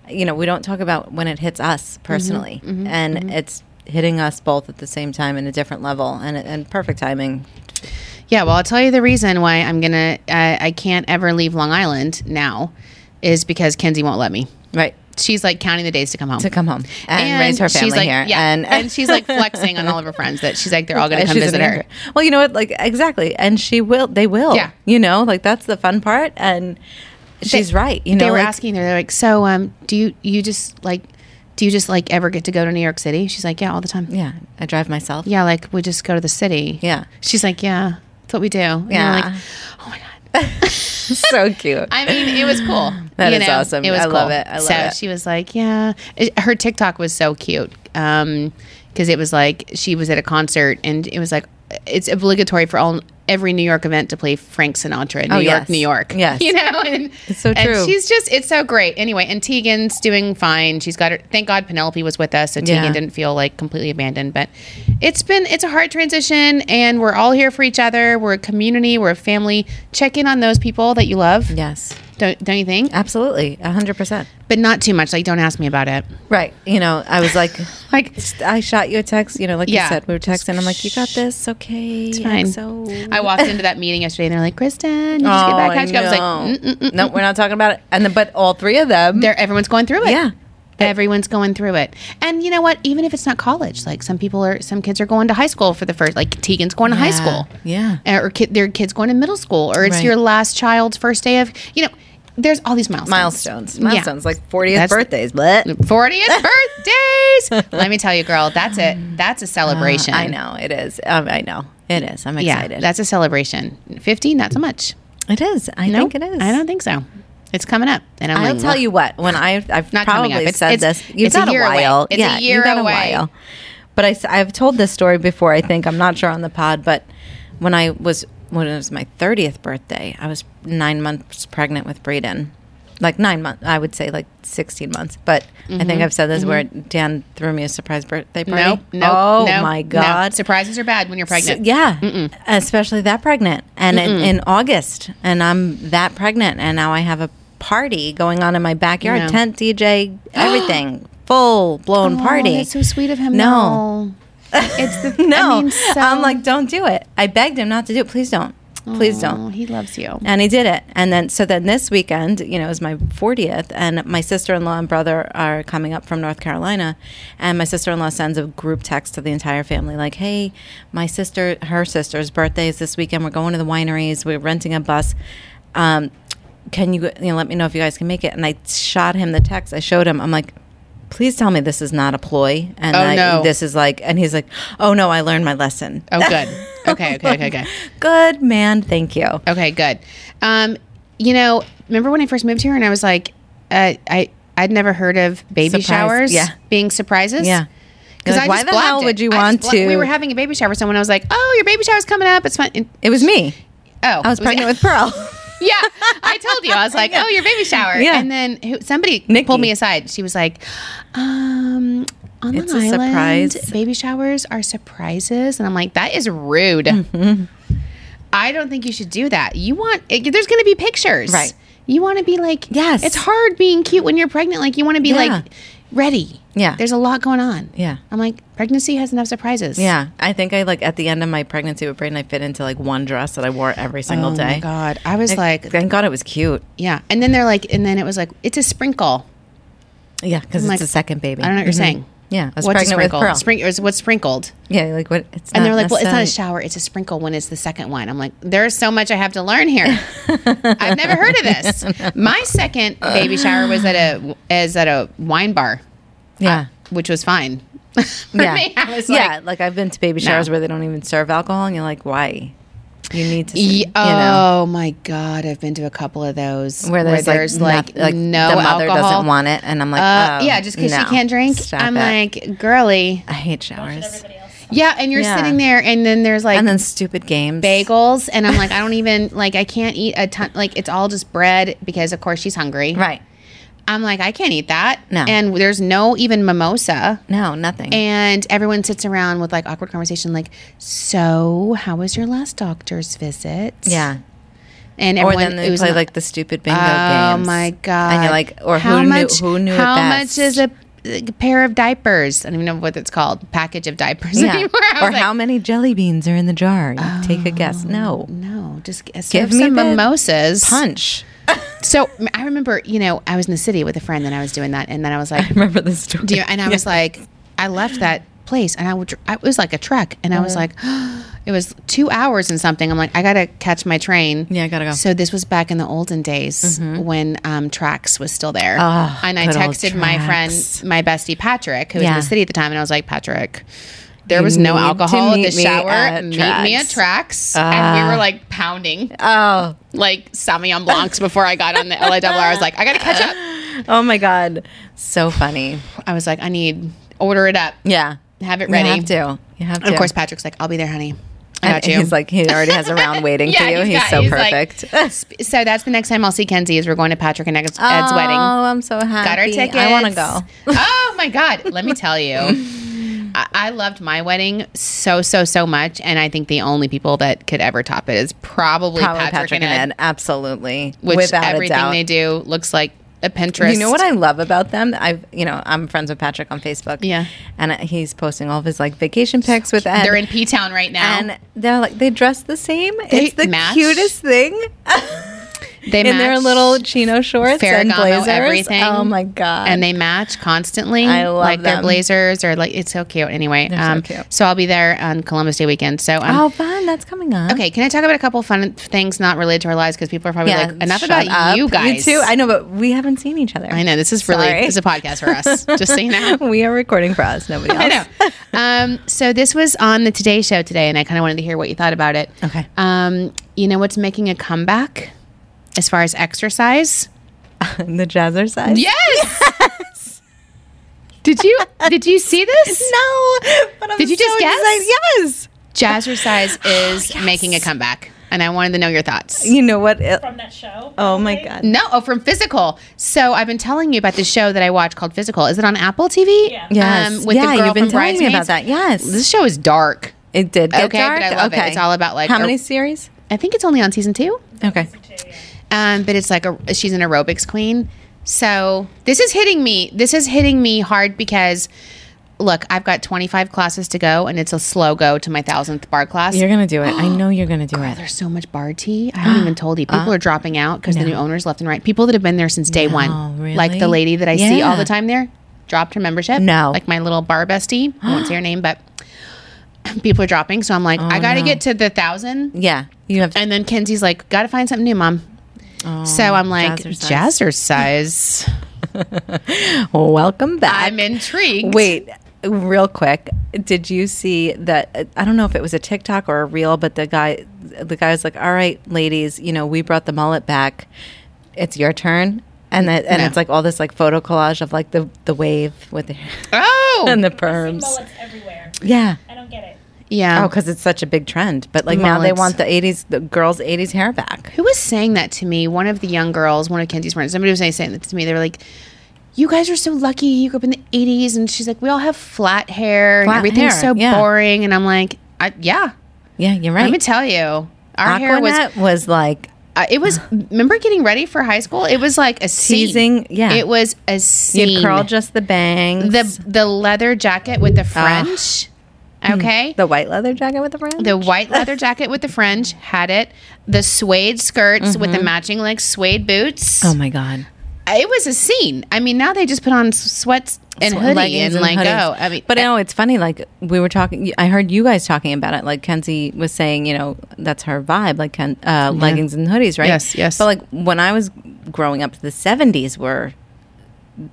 S1: you know, we don't talk about when it hits us
S2: Mm-hmm.
S1: personally. And it's hitting us both at the same time in a different level and, and perfect timing.
S2: Yeah, well, I'll tell you the reason why I'm going to uh, I can't ever leave Long Island now is because Kenzie won't let me.
S1: Right.
S2: She's like counting the days to come home.
S1: To come home and, raise her family
S2: she's like,
S1: here.
S2: Yeah,
S1: And,
S2: and, she's like flexing on all of her friends that she's like they're all going
S1: <laughs>
S2: to
S1: and
S2: come
S1: she's
S2: visit
S1: an
S2: her.
S1: introvert. Well, you know what? Like, exactly. And she will, they will.
S2: Yeah.
S1: You know, like that's the fun part. And she's right. You know,
S2: they were
S1: like,
S2: asking her. They're like, so um, do you you just like do you just like ever get to go to New York City? She's like, yeah, all the time. Yeah,
S1: yeah, I drive
S2: <laughs>
S1: myself.
S2: like we just go to the city.
S1: Yeah.
S2: She's like, yeah, that's what we do. And
S1: Yeah.
S2: I'm like, oh my god.
S1: so cute.
S2: I mean, it was cool.
S1: <gasps> That is awesome. I love it. I love
S2: so
S1: it.
S2: she was like, "Yeah." It- her TikTok was so cute because it was like she was at a concert and it was like it's obligatory for all every New York event to play Frank Sinatra, New
S1: Oh,
S2: York,
S1: yes.
S2: New York.
S1: Yes.
S2: <laughs> you know, and
S1: It's so
S2: and
S1: true.
S2: she's just it's so great. Anyway, and Tegan's doing fine. She's got her. Thank God Penelope was with us, so Tegan
S1: Yeah.
S2: didn't feel like completely abandoned. But it's been it's a hard transition, and we're all here for each other. We're a community. We're a family. Check in on those people that you love.
S1: Yes,
S2: Don't don't you think?
S1: absolutely, a hundred percent.
S2: But not too much. Like don't ask me about it.
S1: Right. You know, I was like, <sighs>
S2: Like
S1: I shot you a text. You know, like you
S2: Yeah.
S1: said, we were texting. I'm like, you got this, okay? It's
S2: fine.
S1: So
S2: I walked into that meeting yesterday and they're like, Kristen, did you
S1: Oh,
S2: get back? How'd you go? I was like, "Mm, "Mm-mm."
S1: no, we're not talking about it. And the, but all three of them,
S2: They're- everyone's going through it.
S1: Yeah.
S2: Everyone's going through it. And you know what? Even if it's not college, like some people are, some kids are going to high school for the first, like Tegan's going to high
S1: Yeah.
S2: school.
S1: Yeah.
S2: Uh, Or kid, their kids going to middle school or it's
S1: Right.
S2: your last child's first day of, you know, there's all these milestones.
S1: milestones,
S2: Yeah.
S1: milestones, like 40th
S2: That's-
S1: birthdays. But uh, <laughs>
S2: 40th birthdays. Let me tell you, girl, that's it.
S1: <laughs>
S2: That's a celebration.
S1: Oh, I know it is. Um, I know it is. I'm
S2: Yeah,
S1: excited.
S2: that's a celebration. 50, not so much.
S1: it is. I
S2: No,
S1: think it is.
S2: I don't think so. It's coming up, and I'm
S1: I'll
S2: like,
S1: tell you what. When I I've
S2: Not coming
S1: probably
S2: up. It's-
S1: said
S2: it's-
S1: this, you've
S2: it's a
S1: got a,
S2: year away.
S1: while.
S2: It's a
S1: yeah, you've
S2: year
S1: got a
S2: away.
S1: while. But I, have told this story before. I think I'm not sure on the pod, but when I was when it was my 30th birthday, I was nine months pregnant with Braden. Like nine months, I would say like 16 months. But I think I've said this where Dan threw me a surprise birthday party.
S2: Mm-hmm. Nope, nope.
S1: Oh
S2: no,
S1: my
S2: no.
S1: God.
S2: Surprises are bad when you're pregnant.
S1: So- yeah, especially that pregnant, and in, in August, and I'm that pregnant, and now I have a party going on in my backyard,
S2: No.
S1: tent
S2: <gasps>
S1: DJ, everything, full blown party.
S2: Oh, that's so sweet of him.
S1: No.
S2: No, it's
S1: <laughs>
S2: the
S1: no,
S2: I mean, so-
S1: I'm like, don't do it. I begged him not to do it. Please don't. Please don't.
S2: Oh, he loves you.
S1: And he did it. And then, so then this weekend, you know, is my 40th, and my sister in law and brother are coming up from North Carolina. And my sister in law sends a group text to the entire family, like, hey, my sister, her sister's birthday is this weekend. We're going to the wineries. We're renting a bus. Um, can you, you know, let me know if you guys can make it? And I shot him the text. I showed him. I'm like, please tell me this is not a ploy. And
S2: Oh,
S1: I,
S2: no.
S1: this is like, and he's like, oh no, I learned my lesson. <laughs>
S2: Oh, good. Okay, okay, okay, okay.
S1: Good man. Thank you.
S2: Okay, good. Um, you know, remember when I first moved here and I was like, uh, I I'd never heard of baby
S1: Surprise.
S2: showers
S1: Yeah.
S2: being surprises.
S1: Yeah.
S2: Because
S1: Like,
S2: I
S1: why
S2: just
S1: the hell
S2: blabbed it.
S1: would you
S2: I just
S1: want
S2: bla- We
S1: to-
S2: were having a baby shower, someone I was like, "Oh, your baby shower's coming up. It's fun." And,
S1: It was me.
S2: oh,
S1: I was
S2: it <laughs>
S1: pregnant with Pearl.
S2: yeah, I told you.
S1: <laughs>
S2: I was like, "Oh, your baby shower."
S1: Yeah.
S2: And then who, somebody
S1: Nikki.
S2: pulled me aside. She was like, "Um, on
S1: It's
S2: Long
S1: a
S2: Island,
S1: surprise. Mm-hmm.
S2: baby showers are surprises," and I'm like, "That is rude." I don't think you should do that. You want it, there's going to be pictures,
S1: Right.
S2: You want to be like
S1: Yes.
S2: It's hard being cute when you're pregnant. Like you want to be
S1: Yeah.
S2: like ready.
S1: Yeah.
S2: there's a lot going on.
S1: Yeah.
S2: I'm like pregnancy has enough surprises.
S1: Yeah, I think I like at the end of my pregnancy with Brayden, I fit into like one dress that I wore every single
S2: Oh
S1: day.
S2: my god, I was like,
S1: thank God it was cute.
S2: yeah. And then they're like, and then it was like, it's a sprinkle.
S1: Yeah, because it's
S2: like,
S1: the second baby.
S2: I don't know what you're saying.
S1: Yeah, I was
S2: What's a
S1: Mm-hmm. pregnant with
S2: sprinkle?
S1: Pearl.
S2: Spring- or is- what's sprinkled?
S1: yeah, like what? It's
S2: And they're like, well, it's not a
S1: necessarily-
S2: shower. It's a sprinkle when it's the second one. I'm like, there's so much I have to
S1: <laughs>
S2: learn here. I've never heard of this. My second baby shower was at a is at a wine bar,
S1: Yeah.
S2: which was fine. <laughs> For
S1: yeah.
S2: me, I was
S1: yeah,
S2: like,
S1: like I've been to baby showers where they don't even serve alcohol, and you're like, why? You need to,
S2: "Ye-
S1: you know,
S2: oh my god, I've been to a couple of those
S1: where there's, like, noth- like,
S2: no
S1: the mother
S2: alcohol.
S1: doesn't want it, and I'm like,
S2: Uh,
S1: oh,
S2: yeah, just because
S1: no,
S2: she can't drink.
S1: stop
S2: I'm
S1: it.
S2: like, girly.
S1: I hate showers,
S2: Yeah, and you're
S1: Yeah.
S2: sitting there, and then there's like
S1: and then stupid games.
S2: bagels, and I'm like, I don't even like, I can't eat a ton. Like, it's all just bread because, of course, she's hungry.
S1: right?
S2: I'm like, I can't eat that.
S1: No.
S2: And there's no even mimosa.
S1: No, nothing.
S2: And everyone sits around with like awkward conversation, like, so how was your last doctor's visit?
S1: yeah,
S2: And
S1: or
S2: everyone
S1: then they
S2: it was
S1: play
S2: not-
S1: like the stupid bingo
S2: oh
S1: games.
S2: my god!
S1: And you're like, or who knew? Who knew? it
S2: How
S1: best?
S2: much is a, a pair of diapers? I don't even know what it's called. Package of diapers
S1: Yeah.
S2: <laughs> anymore. I
S1: or
S2: was like, Oh.
S1: how many jelly beans are in the jar? You take a guess. No.
S2: <laughs> No, just g-
S1: Give
S2: serve
S1: me
S2: some
S1: the
S2: mimosas.
S1: Punch. <laughs>
S2: So m- I remember, you know, I was in the city with a friend, and I was doing that, and then I was like,
S1: I remember this story.
S2: Do you, and I
S1: <laughs>
S2: was like, I left that place, and I would. dr- I- It was like a trek, and I was
S1: Uh-huh.
S2: like, <gasps> it was two hours and something. I'm like, I gotta catch my train.
S1: Yeah, I gotta go. Mm-hmm.
S2: So this was back in the olden days when um, Trax was still there,
S1: Ah,
S2: and I
S1: good old
S2: texted my friend,
S1: Trax.
S2: my bestie Patrick, who was in
S1: Yeah.
S2: the city at the time, and I was like, Patrick. There
S1: You
S2: was no
S1: need to
S2: alcohol at
S1: meet
S2: the
S1: me
S2: shower.
S1: at Ah.
S2: meet me at Trax. and we were like pounding
S1: oh,
S2: like Sauvignon Blancs before I got on the LIRR. I was like, I got to catch up.
S1: oh my God. So funny.
S2: I was like, I need, order it up.
S1: Yeah.
S2: Have it ready.
S1: You have to. You have to.
S2: And of course, Patrick's like, "I'll be there, honey. I
S1: And
S2: got you."
S1: He's like, he already has a
S2: <laughs>
S1: round waiting for you. He's,
S2: got-
S1: so
S2: like-
S1: perfect.
S2: Sp- <laughs> so that's the next time I'll see Kenzie is we're going to Patrick and Ed's, Ed's
S1: oh,
S2: wedding.
S1: I'm so happy.
S2: Got our tickets.
S1: I want to go.
S2: <laughs> oh my god! Let me tell
S1: <laughs>
S2: you, I-, I loved my wedding so so so much, and I think the only people that could ever top it is probably,
S1: Probably
S2: Patrick, and Ed,
S1: Absolutely.
S2: which
S1: Without
S2: everything
S1: a doubt.
S2: they do looks like a Pinterest.
S1: You know what I love about them? I've you know I'm friends with Patrick on Facebook.
S2: Yeah.
S1: and he's posting all of his like vacation pics with Ed.
S2: They're in P Town right now.
S1: and they're like they dress the same.
S2: They
S1: it's the
S2: match.
S1: cutest thing. <laughs>
S2: they
S1: in their
S2: match
S1: little chino shorts and
S2: Ferragamo,
S1: blazers.
S2: everything.
S1: Oh my god!
S2: and they match constantly.
S1: I love
S2: like
S1: them.
S2: their blazers are like it's so cute. Anyway,
S1: so
S2: um,
S1: cute.
S2: I'll be there on Columbus Day weekend. So um,
S1: oh fun! That's coming up.
S2: okay, can I talk about a couple fun things not related to our lives because people are probably like enough
S1: shut
S2: about
S1: up.
S2: you guys.
S1: You too. I know, but we haven't seen each other.
S2: I know this is really
S1: Sorry.
S2: this is a podcast
S1: <laughs>
S2: for us. just so you know.
S1: we are recording for us. Nobody else.
S2: <laughs> I know. Um, so this was on the Today Show today, and I kind of wanted to hear what you thought about it.
S1: Okay.
S2: Um, you know what's making a comeback as far as exercise?
S1: <laughs> the jazzercise.
S2: Yes. did you did you see this?
S1: No. But I'm
S2: Did you
S1: so
S2: just guess?
S1: excited. Yes. <gasps>
S2: Jazzercise is
S1: Oh, Yes.
S2: making a comeback, and I wanted to know your thoughts.
S1: You know what? It-
S3: from that show.
S1: oh my god.
S2: No, oh, from Physical. So I've been telling you about the show that I watch called Physical. Is it on Apple TV?
S3: Yeah.
S1: Yes.
S2: Um, with
S1: yeah,
S2: the girl
S1: you've been
S2: from
S1: telling me about
S2: Bridesmaids.
S1: that. Yes.
S2: This show is dark.
S1: It did get
S2: Okay, but
S1: dark.
S2: I love it. It's all about, like,
S1: How
S2: a-
S1: many series?
S2: I think it's only on season two.
S1: Okay.
S2: Um, but it's like a, she's an aerobics queen. So this is hitting me. This is hitting me hard because, look, I've got 25 classes to go, and it's a slow go to my thousandth bar class.
S1: You're going to do it.
S2: <gasps>
S1: I know you're going to do it.
S2: There's so much bar tea. I haven't even
S1: <gasps>
S2: told you.
S1: Uh,
S2: People are dropping out because the new owners left and right. People that have been there since day one. Like
S1: really?
S2: the lady that I see all
S1: Yeah.
S2: the time there dropped her membership.
S1: No.
S2: Like my little bar bestie. I won't say her name, but <clears throat> people are dropping. So I'm like, I got
S1: Oh,
S2: to
S1: no.
S2: get to the thousand.
S1: Yeah. You have.
S2: And then Kenzie's like, got to find something new, mom.
S1: Oh,
S2: so I'm like, jazzercise.
S1: <laughs> Welcome back.
S2: I'm intrigued.
S1: Wait, real quick. Did you see that? I don't know if it was a TikTok or a reel, but the guy, the guy was like, "All right, ladies, you know, we brought the mullet back. It's your turn." And that, and
S2: No.
S1: it's like all this like photo collage of like the the wave with the
S2: Oh.
S1: and the
S3: See
S1: perms.
S3: mullets everywhere.
S1: Yeah.
S3: I don't get it.
S2: yeah.
S1: Oh, because it's such a big trend. But like now they
S2: Um, Mullets.
S1: want the '80s, the girls' '80s hair back.
S2: Who was saying that to me? One of the young girls, one of Kenzie's friends. Somebody was saying saying that to me. They were like, "You guys are so lucky. You grew up in the '80s." And she's like, "We all have flat hair.
S1: Flat
S2: and Everything's
S1: hair,
S2: so
S1: yeah.
S2: boring." And I'm like, I, "Yeah,
S1: Yeah, you're right.
S2: let me tell you." Our hair was
S1: Aquanet was like
S2: uh,
S1: <sighs>
S2: it was remember getting ready for high school it was like a scene.
S1: Teasing, yeah.
S2: it was a
S1: you'd
S2: scene
S1: curl just the bangs.
S2: the the leather jacket with the fringe okay
S1: Hmm. the white leather jacket with the fringe.
S2: the white leather jacket with the fringe had it the suede skirts with the matching like suede boots
S1: Mm-hmm. oh my god.
S2: it was a scene i mean now they just put on sweats and
S1: Sweat-
S2: hoodie
S1: leggings
S2: and like
S1: hoodies.
S2: go i mean e,
S1: but no, it's funny. Like we were talking, I heard you guys talking about it. Like Kenzie was saying, you know, that's her vibe, like Ken, uh, leggings and hoodies, right?
S2: Yes, yes.
S1: But like when I was growing up, the seventies were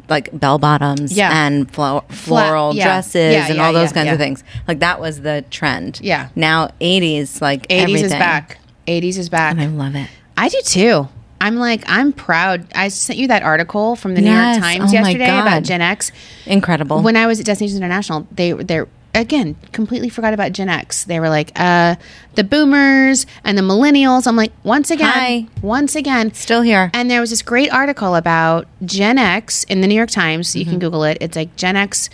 S1: like bell bottoms
S2: Yeah.
S1: and flo- floral
S2: yeah.
S1: dresses
S2: Yeah,
S1: and
S2: yeah,
S1: all those
S2: yeah,
S1: kinds
S2: yeah.
S1: of things. Like that was the trend.
S2: Yeah.
S1: Now eighties, like
S2: 80s
S1: everything.
S2: is back 80s is back
S1: and I love it.
S2: I do too. I'm like, I'm proud. I sent you that article from the
S1: Yes.
S2: New York Times
S1: Oh my
S2: yesterday about
S1: God.
S2: Gen X.
S1: Incredible.
S2: When I was at Destinations International, they they're again completely forgot about Gen X. They were like, uh, the boomers and the millennials. I'm like, once again,
S1: Hi.
S2: once again.
S1: Still here.
S2: And there was this great article about Gen X in the New York Times. You
S1: Mm-hmm.
S2: can Google it. It's like Gen X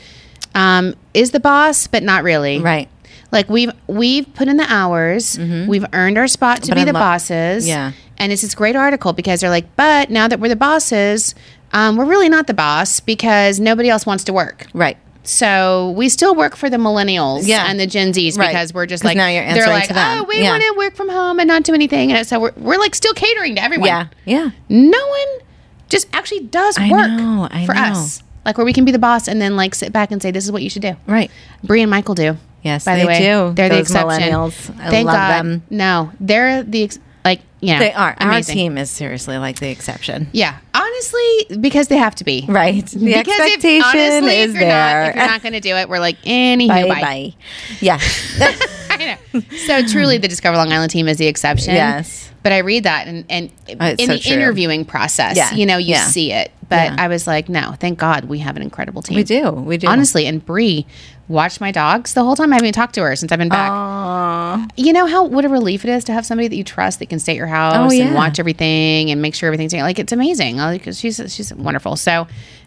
S2: um, is the boss, but not really.
S1: right. Mm-hmm.
S2: Like we've we've put in the hours, we've earned our spot to
S1: But
S2: be
S1: I
S2: the
S1: lo-
S2: bosses.
S1: Yeah.
S2: And it's this great article because they're like, but now that we're the bosses, um, we're really not the boss because nobody else wants to work.
S1: Right.
S2: So we still work for the millennials
S1: Yeah.
S2: and the Gen Zs
S1: Right.
S2: because we're just
S1: 'Cause
S2: like
S1: now you're
S2: they're
S1: answering
S2: like,
S1: to them.
S2: oh, we
S1: Yeah.
S2: want to work from home and not do anything, and so we're we're like still catering to everyone.
S1: Yeah. Yeah.
S2: No one just actually does
S1: I
S2: work
S1: know, I
S2: for
S1: know.
S2: us, like where we can be the boss and then like sit back and say, this is what you should do.
S1: Right.
S2: Brie and Michael do.
S1: Yes,
S2: by
S1: they
S2: the way,
S1: do.
S2: They're the
S1: Those
S2: exception.
S1: millennials. I love them.
S2: No, they're the ex- like yeah.
S1: They are.
S2: amazing.
S1: Our team is seriously like the exception.
S2: Yeah, honestly, because they have to be.
S1: <laughs> Right. The
S2: Because
S1: expectation
S2: if, honestly,
S1: is
S2: if you're
S1: there.
S2: Not, if you're not going to do it, we're like, anywho,
S1: bye,
S2: bye.
S1: bye. <laughs> Yeah.
S2: <laughs> I know. So truly, the Discover Long Island team is the exception.
S1: Yes.
S2: But I read that, and, and
S1: Oh, it's
S2: in
S1: so
S2: the
S1: true.
S2: interviewing process,
S1: Yeah.
S2: you know, you
S1: Yeah.
S2: see it. But
S1: Yeah.
S2: I was like, no, thank God we have an incredible team.
S1: we do. We do.
S2: Honestly, and Bree watched my dogs the whole time. I haven't even talked to her since I've been back.
S1: Aw.
S2: you know how what a relief it is to have somebody that you trust that can stay at your house
S1: Oh, yeah.
S2: and watch everything and make sure everything's like it's amazing. I Like she's she's wonderful. So,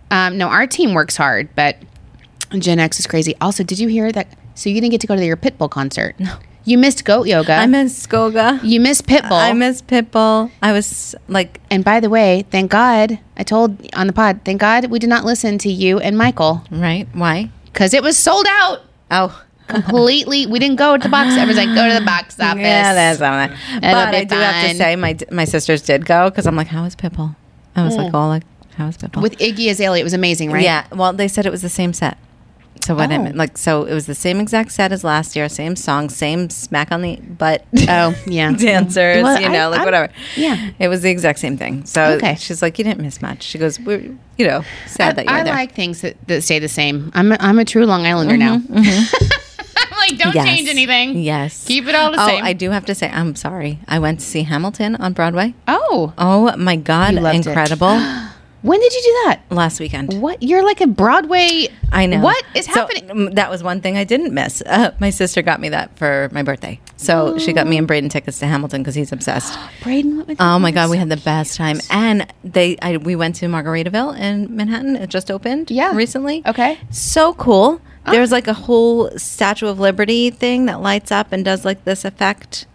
S2: um, no, our team works hard, but Gen X is crazy. Also, did you hear that? So you didn't get to go to your Pitbull concert. No, you missed Goat Yoga.
S1: I miss Skoga.
S2: you missed Pitbull.
S1: I miss Pitbull. I was like,
S2: and by the way, thank God I told on the pod. Thank God we did not listen to you and Michael
S1: right? Why?
S2: because it was sold out
S1: Oh.
S2: completely. we didn't go to the box. Everyone's like, go to the box office.
S1: Yeah, that's not that.
S2: It'll
S1: But
S2: be
S1: I do have to
S2: fine.
S1: say, my my sisters did go because I'm like, how is Pitbull? I was like, all like, how is Pitbull?
S2: With Iggy Azalea, it was amazing, right?
S1: Yeah. Well, they said it was the same set. So what I
S2: Oh.
S1: meant, like, so it was the same exact set as last year, same song, same smack on the butt.
S2: <laughs>
S1: uh,
S2: Oh,
S1: <laughs>
S2: yeah.
S1: dancers,
S2: Well,
S1: you
S2: I-
S1: know, like
S2: I'm-
S1: whatever.
S2: yeah.
S1: It was the exact same thing. So
S2: Okay.
S1: she's like, you didn't miss much. She goes, we're, you know, sad that you're
S2: I
S1: there. <laughs> Mm-hmm,
S2: like things that, that stay the same. I'm a, I'm a true Long Islander now. <laughs> I'm like, don't
S1: Yes.
S2: change anything.
S1: Mhm. Yes.
S2: Keep it all the
S1: oh,
S2: same.
S1: I do have to say, I'm sorry. I went to see Hamilton on Broadway.
S2: oh,
S1: Oh my God.
S2: You loved it. <gasps>
S1: Incredible.
S2: when did you do that?
S1: last weekend.
S2: What? You're like a Broadway.
S1: I know.
S2: What is
S1: So,
S2: happening?
S1: mm, that was one thing I didn't miss. Uh, my sister got me that for my birthday. So she got
S2: Oh.
S1: me and Braden tickets to Hamilton because he's obsessed.
S2: Braden went with
S1: Oh
S2: you.
S1: my God, we had the best time. And they, I, we went to Margaritaville in Manhattan. It just opened
S2: Yeah.
S1: recently.
S2: Okay. Oh.
S1: So cool. There's like a whole Statue of Liberty thing that lights up and does like this effect.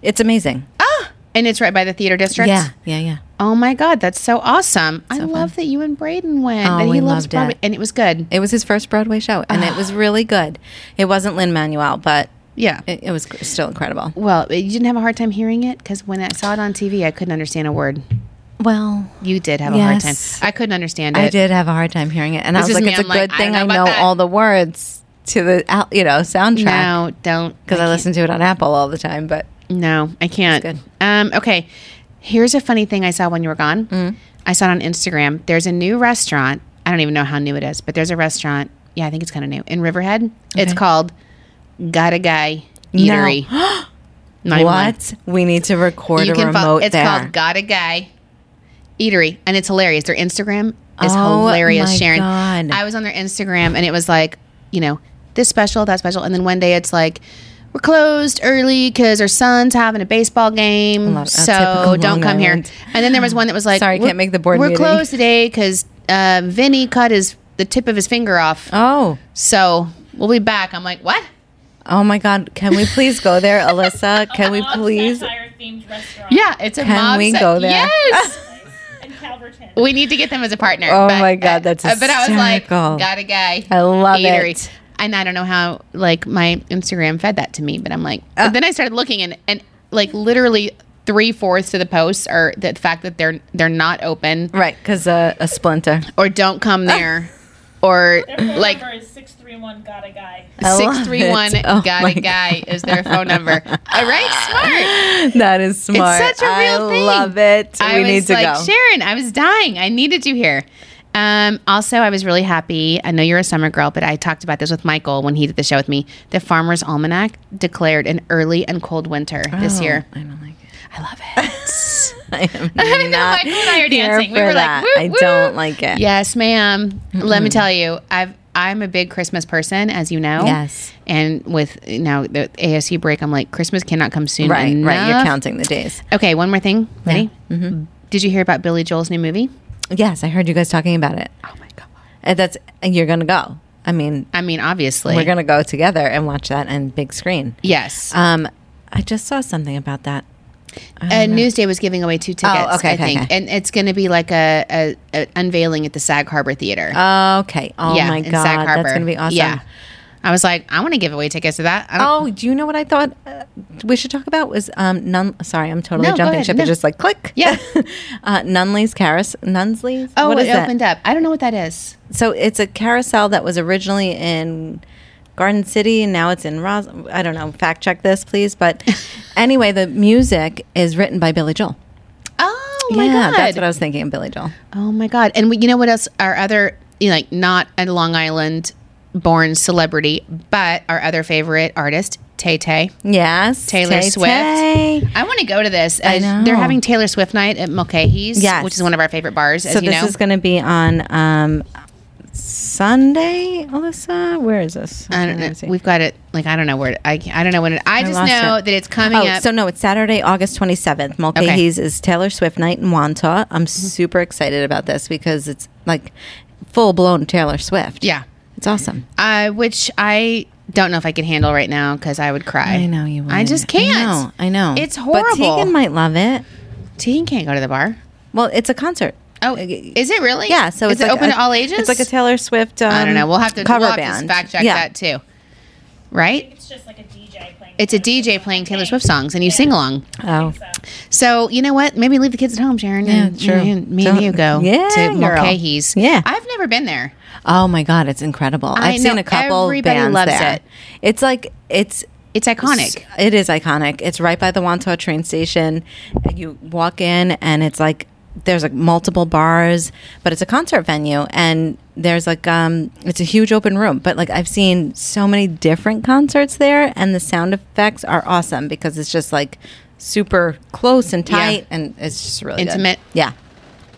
S1: It's amazing.
S2: Ah, and it's right by the theater district.
S1: Yeah, yeah, yeah.
S2: Oh my God, that's so awesome. I love that you and Braden went.
S1: Oh,
S2: that he
S1: we
S2: loves
S1: loved
S2: Broadway,
S1: it.
S2: and it was good.
S1: It was his first Broadway show and
S2: Ah.
S1: it was really good. It wasn't Lin Manuel, but
S2: Yeah.
S1: it, it was cr- still incredible.
S2: well, you didn't have a hard time hearing it because when I saw it on TV, I couldn't understand a word.
S1: Well,
S2: You did have a
S1: Yes.
S2: hard time. I couldn't understand it.
S1: I did have a hard time hearing it, and I
S2: This
S1: was
S2: is
S1: like,
S2: me,
S1: "It's a
S2: I'm like,
S1: good
S2: I don't
S1: thing
S2: know
S1: I
S2: about
S1: know
S2: that.
S1: all the words to the al- you know soundtrack
S2: No, don't.
S1: because I,
S2: can't.
S1: listen to it on Apple all the time." But
S2: No, I can't.
S1: It's
S2: Um, okay. Here's a funny thing I saw when you were gone.
S1: Mm-hmm.
S2: I saw it on Instagram. There's a new restaurant. I don't even know how new it is, but there's a restaurant. Yeah, I think it's kind of new in Riverhead. It's
S1: Okay.
S2: called Got a Guy Eatery.
S1: <gasps>
S2: Not even lying.
S1: what we need to record
S2: You
S1: a
S2: can
S1: remote
S2: follow. It's
S1: there.
S2: called Got a Guy Eatery, and it's hilarious. Their Instagram is
S1: Oh,
S2: hilarious,
S1: my
S2: Sharon.
S1: God.
S2: I was on their Instagram, and it was like, you know, this special, that special, and then one day it's like. We're closed early because our son's having a baseball game,
S1: love- a typical
S2: so
S1: Long
S2: don't come
S1: Island.
S2: here. And then there was one that was like,
S1: Sorry,
S2: "We're-
S1: can't make the board
S2: We're
S1: meeting."
S2: closed today because uh, Vinny cut his the tip of his finger off,
S1: oh,
S2: so we'll be back." I'm like, "What?" <laughs>
S1: oh my God! Can we please go there, Alyssa? Can we please?
S3: themed restaurant.
S2: Yeah, it's a
S1: Can
S2: mob.
S1: we
S2: set-
S1: go there?
S2: <laughs> Yes.
S3: In Calverton.
S2: we need to get them as a partner.
S1: Oh my God, that's
S2: uh, But I was like,
S1: hysterical.
S2: got a guy.
S1: I love
S2: eatery.
S1: it.
S2: And I don't know how like my Instagram fed that to me, but I'm like.
S1: Uh.
S2: then I started looking and and like literally three fourths of the posts are the fact that they're they're
S1: <laughs>
S2: not open
S1: Right, because uh, a splinter.
S2: or don't come there
S1: <laughs>
S2: or
S3: Their phone
S2: like
S3: number is six three one got a guy.
S1: I love
S2: six three one
S1: it. Oh
S2: got
S1: my
S2: a guy is their phone number. All right, smart.
S1: That is smart.
S2: It's such a real
S1: I
S2: thing.
S1: love it.
S2: I
S1: we
S2: was
S1: need to
S2: like,
S1: go.
S2: Sharon, I was dying. I needed you here. Um, also, I was really happy. I know you're a summer girl, but I talked about this with Michael when he did the show with me. The Farmer's Almanac declared an early and cold winter this
S1: Oh,
S2: year.
S1: I don't like it. <laughs>
S2: I love it.
S1: I am
S2: <laughs> I know,
S1: not
S2: Michael and I are
S1: here
S2: dancing. We
S1: for
S2: were like,
S1: that.
S2: "Woo,
S1: I
S2: woo."
S1: don't like it.
S2: yes, madam Let me tell you, I've I'm a big Christmas person, as you know.
S1: Yes.
S2: And with now the ASU break, I'm like, Christmas cannot come soon.
S1: Right, right. You're
S2: enough.
S1: counting the days.
S2: Okay, one more thing. Ready? Mm-hmm. Did you hear about Billy Joel's new movie?
S1: Yes, I heard you guys talking about it.
S2: Oh my god.
S1: And that's and you're gonna go. I mean,
S2: I mean, obviously.
S1: we're gonna go together and watch that on big screen.
S2: Yes.
S1: Um, I just saw something about that.
S2: Uh, Newsday was giving away two tickets,
S1: Oh, okay,
S2: I
S1: okay,
S2: think.
S1: okay.
S2: And it's going to be like a, a, a unveiling at the Sag Harbor Theater.
S1: Okay. Oh
S2: yeah,
S1: my
S2: in
S1: god,
S2: Sag Harbor.
S1: that's gonna be awesome.
S2: Yeah. I was like, I want to give away tickets to that. I don't,
S1: Oh, do you know what I thought uh, we should talk about was um none sorry, I'm totally
S2: No, go
S1: jumping
S2: ahead.
S1: ship.
S2: No.
S1: It's just like click.
S2: Yeah.
S1: <laughs> uh Nunley's Carousel Nunsley's
S2: oh,
S1: What
S2: it
S1: is that?
S2: opened up. I don't know what that is.
S1: So it's a carousel that was originally in Garden City and now it's in Ros I don't know, fact check this please,
S2: <laughs>
S1: but anyway, the music is written by Billy Joel.
S2: Oh my
S1: yeah,
S2: god.
S1: that's what I was thinking of Billy Joel.
S2: oh my god. And we, you know what else? Our other you know, like not a Long Island born celebrity, but our other favorite artist, Tay Tay.
S1: Yes.
S2: Taylor
S1: Tay
S2: Swift.
S1: Tay.
S2: I want to go to this.
S1: I
S2: Uh,
S1: know.
S2: They're having Taylor Swift night at Mulcahy's,
S1: Yes.
S2: which is one of our favorite bars, as
S1: So
S2: you
S1: this
S2: know.
S1: is going to be on um, Sunday, Alyssa. Where is this?
S2: I don't
S1: Let me
S2: know.
S1: see.
S2: We've got it. Like I don't know where. It, I I don't know when. It, I just
S1: lost
S2: know
S1: it.
S2: that it's coming
S1: Oh,
S2: up.
S1: so no, it's Saturday, August 27th. Mulcahy's is Taylor Swift night in Wanta.
S2: Mm-hmm.
S1: I'm super excited about this because it's like full blown Taylor Swift.
S2: yeah,
S1: It's awesome.
S2: uh, which I don't know if I could handle right now because I would cry.
S1: I know you would.
S2: I just can't.
S1: I know. I know.
S2: It's horrible.
S1: But Tegan might love it.
S2: Tegan can't go to the bar.
S1: Well, it's a concert.
S2: Oh, is it really?
S1: Yeah, so
S2: is
S1: it's
S2: it
S1: like
S2: open
S1: a-
S2: to all ages?
S1: It's like a Taylor Swift. Um,
S2: I don't know. We'll have to
S1: cover
S2: we'll have to
S1: band.
S2: fact check
S1: Yeah.
S2: that too.
S3: I think
S2: Right?
S3: It's just like a DJ playing.
S2: It's a
S3: Taylor Swift
S2: DJ
S3: songs,
S2: playing
S3: I
S2: Taylor
S3: think.
S2: Swift songs, and you
S3: Yeah.
S2: sing along.
S1: Oh,
S3: So,
S2: So you know what? Maybe leave the kids at home, Sharon.
S1: Yeah,
S2: and
S1: true.
S2: Me and, me and
S1: Don't-
S2: you go
S1: Yeah,
S2: to
S1: girl.
S2: Mulcahy's.
S1: Yeah.
S2: I've never been there.
S1: oh my God! It's incredible.
S2: I
S1: I've seen
S2: know.
S1: a couple.
S2: Everybody
S1: bands
S2: loves
S1: there.
S2: it.
S1: It's like it's
S2: It's iconic.
S1: S- It is iconic. It's right by the Wantagh train station. And You walk in, and it's like there's like multiple bars, but it's a concert venue, and there's like um, it's a huge open room. But like I've seen so many different concerts there, and the sound effects are awesome because it's just like super close and
S2: Yeah.
S1: tight, and it's just really good.
S2: Intimate.
S1: Yeah.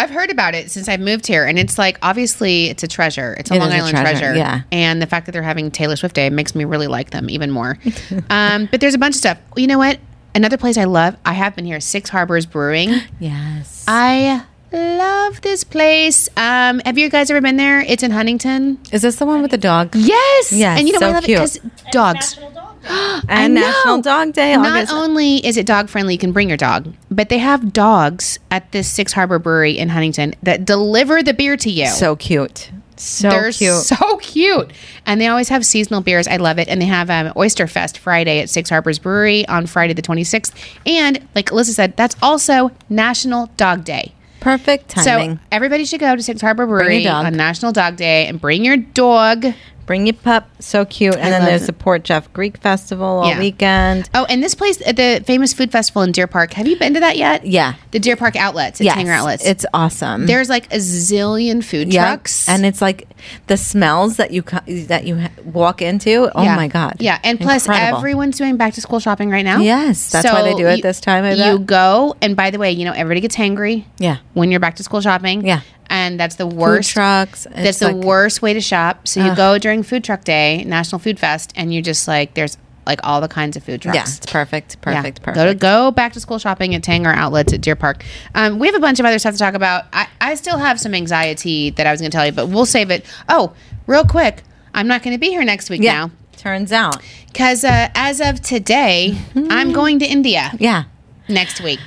S2: I've heard about it since I've moved here, and it's like obviously it's a treasure. It's a
S1: It
S2: Long
S1: is a
S2: Island treasure,
S1: treasure, yeah.
S2: And the fact that they're having Taylor Swift Day makes me really like them even more. <laughs> um, but there's a bunch of stuff. You know what? Another place I love. I have been here. Six
S1: <gasps>
S2: Harbors Brewing.
S1: Yes.
S2: I love this place. Um, have you guys ever been there? It's in Huntington.
S1: Is this the one with the dog?
S2: Yes.
S1: Yes,
S2: And you know
S1: so
S2: why I love
S1: cute.
S2: it because
S3: and
S2: dogs.
S3: National
S1: <gasps>
S3: Dog Day. <gasps>
S2: I
S1: And
S2: know.
S1: National Dog Day.
S2: Not
S1: August.
S2: only is it dog friendly, you can bring your dog, but they have dogs at this Six Harbor Brewery in Huntington that deliver the beer to you.
S1: so cute. So
S2: They're
S1: cute.
S2: so cute, and they always have seasonal beers. I love it, and they have um, Oyster Fest Friday at Six Harbors Brewery on Friday the twenty sixth, and like Alyssa said, that's also National Dog Day.
S1: Perfect timing.
S2: So everybody should go to Six Harbor Brewery
S1: dog.
S2: on National Dog Day and bring your dog.
S1: Bring your pup. So cute. And then
S2: love
S1: there's
S2: it.
S1: the Port Jeff Greek Festival all
S2: Yeah.
S1: weekend.
S2: Oh, and this place, at the famous food festival in Deer Park. Have you been to that yet?
S1: Yeah.
S2: the Deer Park outlets, it's
S1: Yes.
S2: Hanger outlets.
S1: It's awesome.
S2: There's like a zillion food
S1: Yeah.
S2: trucks.
S1: And it's like the smells that you co- that you ha- walk into. Oh
S2: Yeah.
S1: my god.
S2: Yeah, and plus
S1: Incredible.
S2: everyone's doing back to school shopping right now.
S1: Yes, that's why they do it this time, I bet.
S2: you go, and by the way, you know everybody gets hangry.
S1: Yeah.
S2: when you're back to school shopping.
S1: Yeah.
S2: and that's the
S1: food
S2: worst.
S1: trucks.
S2: That's
S1: It's
S2: the
S1: like-
S2: worst way to shop. So you go during Food Truck Day, National Food Fest, and you just like there's like all the kinds of food trucks.
S1: Yeah, it's perfect.
S2: Yeah.
S1: Perfect.
S2: Go to
S1: Perfect.
S2: go back to school shopping at Tanger outlets at Deer Park. Um, we have a bunch of other stuff to talk about. I, I still have some anxiety that I was going to tell you, but we'll save it. Oh, real quick, I'm not going to be here next week
S1: yeah.
S2: now
S1: Turns out. Mm-hmm.
S2: because uh, as of today, I'm going to India.
S1: Yeah.
S2: next week.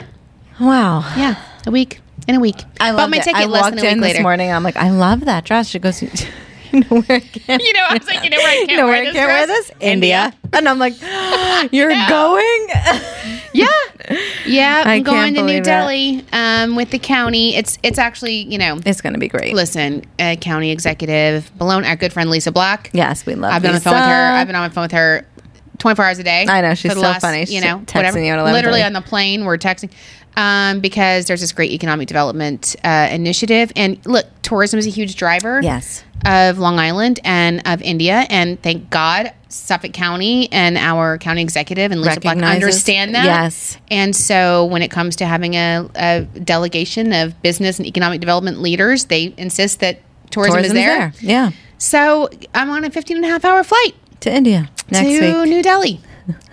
S1: Wow.
S2: Yeah, a week in a week.
S1: I
S2: bought
S1: love
S2: my
S1: it.
S2: ticket
S1: I
S2: less
S1: walked
S2: than a week
S1: in
S2: later.
S1: this morning. I'm like, I love that dress. She goes, <laughs> you know where I can't,
S2: <laughs> You know, I was like, you know
S1: <laughs>
S2: where I can't
S1: you know
S2: wear
S1: where I
S2: this
S1: can't wear
S2: dress?
S1: this? India. And I'm like, <gasps> you're going?
S2: Yeah, yeah.
S1: I
S2: I'm going
S1: can't
S2: to New
S1: believe it.
S2: Delhi um, with the county. It's it's actually you know,
S1: <laughs> It's going to be great.
S2: listen, uh, county executive Malone, our good friend Lisa Black.
S1: Yes, we love
S2: I've been on the
S1: Lisa.
S2: phone with her. I've been on the phone with her 24 hours a day.
S1: I know, she's
S2: for the
S1: so funny.
S2: You
S1: She's
S2: know,
S1: texting
S2: whatever.
S1: you at 11:30.
S2: Literally on the plane, we're texting um, because there's this great economic development uh, initiative. And look, tourism is a huge driver.
S1: Yes.
S2: Of Long Island and of India, and thank God Suffolk County and our county executive and Lisa Black
S1: Recognizes-
S2: understand that.
S1: Yes.
S2: And so, when it comes to having a, a delegation of business and economic development leaders, they insist that tourism,
S1: Tourism's
S2: is there.
S1: Yeah.
S2: So I'm on a 15 and a half hour flight
S1: To India next
S2: to
S1: week. <laughs>
S2: New Delhi.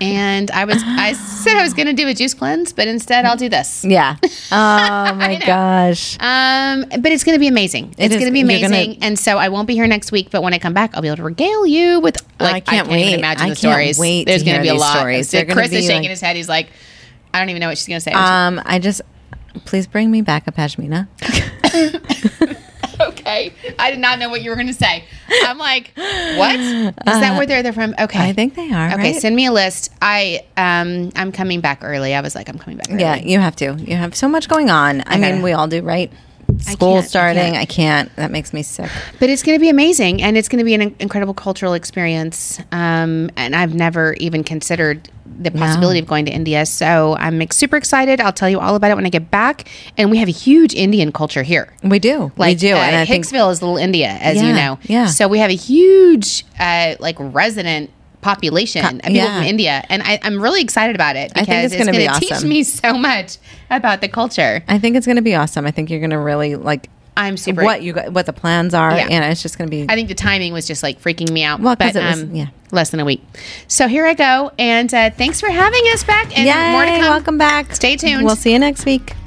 S2: And I was I said I was going to do a juice cleanse, but instead I'll do this.
S1: Yeah.
S2: <laughs>
S1: Oh my gosh.
S2: Um, but it's going to be amazing.
S1: It
S2: it's
S1: is-
S2: going to be
S1: you're gonna-
S2: amazing. and so I won't be here next week, but when I come back, I'll be able to regale you with like I
S1: can't
S2: can't, even
S1: wait.
S2: imagine
S1: I
S2: the
S1: can't
S2: stories.
S1: wait to
S2: There's gonna
S1: hear
S2: be a
S1: these
S2: lot.
S1: stories. They're gonna
S2: Chris is
S1: be,
S2: shaking
S1: like-
S2: his head. He's like, I don't even know what she's going to say.
S1: Um, I just please bring me back a pashmina.
S2: <laughs> okay, I did not know what you were going to say. I'm like, what? Is that where they're, they're from? Okay,
S1: uh, I think they are.
S2: Okay,
S1: right?
S2: send me a list. I um I'm coming back early. I was like, I'm coming back early.
S1: yeah, you have to. You have so much going on. I,
S2: gotta-
S1: mean, we all do, right? School
S2: can't, I
S1: starting.
S2: can't.
S1: I can't. That makes me sick.
S2: But it's gonna be amazing and it's gonna be an in- incredible cultural experience. Um and I've never even considered the possibility of going to India. So I'm like, super excited. I'll tell you all about it when I get back. And we have a huge Indian culture here.
S1: We do. we do.
S2: uh,
S1: and I think
S2: Hicksville is little India, as you
S1: Yeah,
S2: know.
S1: yeah.
S2: So we have a huge uh like resident population of people
S1: yeah.
S2: from India. And I, I'm really excited about it
S1: I think
S2: because
S1: it's
S2: it's,
S1: gonna be
S2: gonna, teach
S1: awesome.
S2: me so much about the culture.
S1: I think it's going to be awesome. I think you're going to really like
S2: I'm super
S1: what you got- what the plans are,
S2: Yeah.
S1: and it's just going to be.
S2: I think the timing was just like freaking me out.
S1: Well, 'cause
S2: but
S1: it was-
S2: um,
S1: yeah.
S2: less than a week. So here I go, and uh, thanks for having us back. And
S1: Yay,
S2: more to come.
S1: Welcome back.
S2: Stay tuned.
S1: We'll see you next week.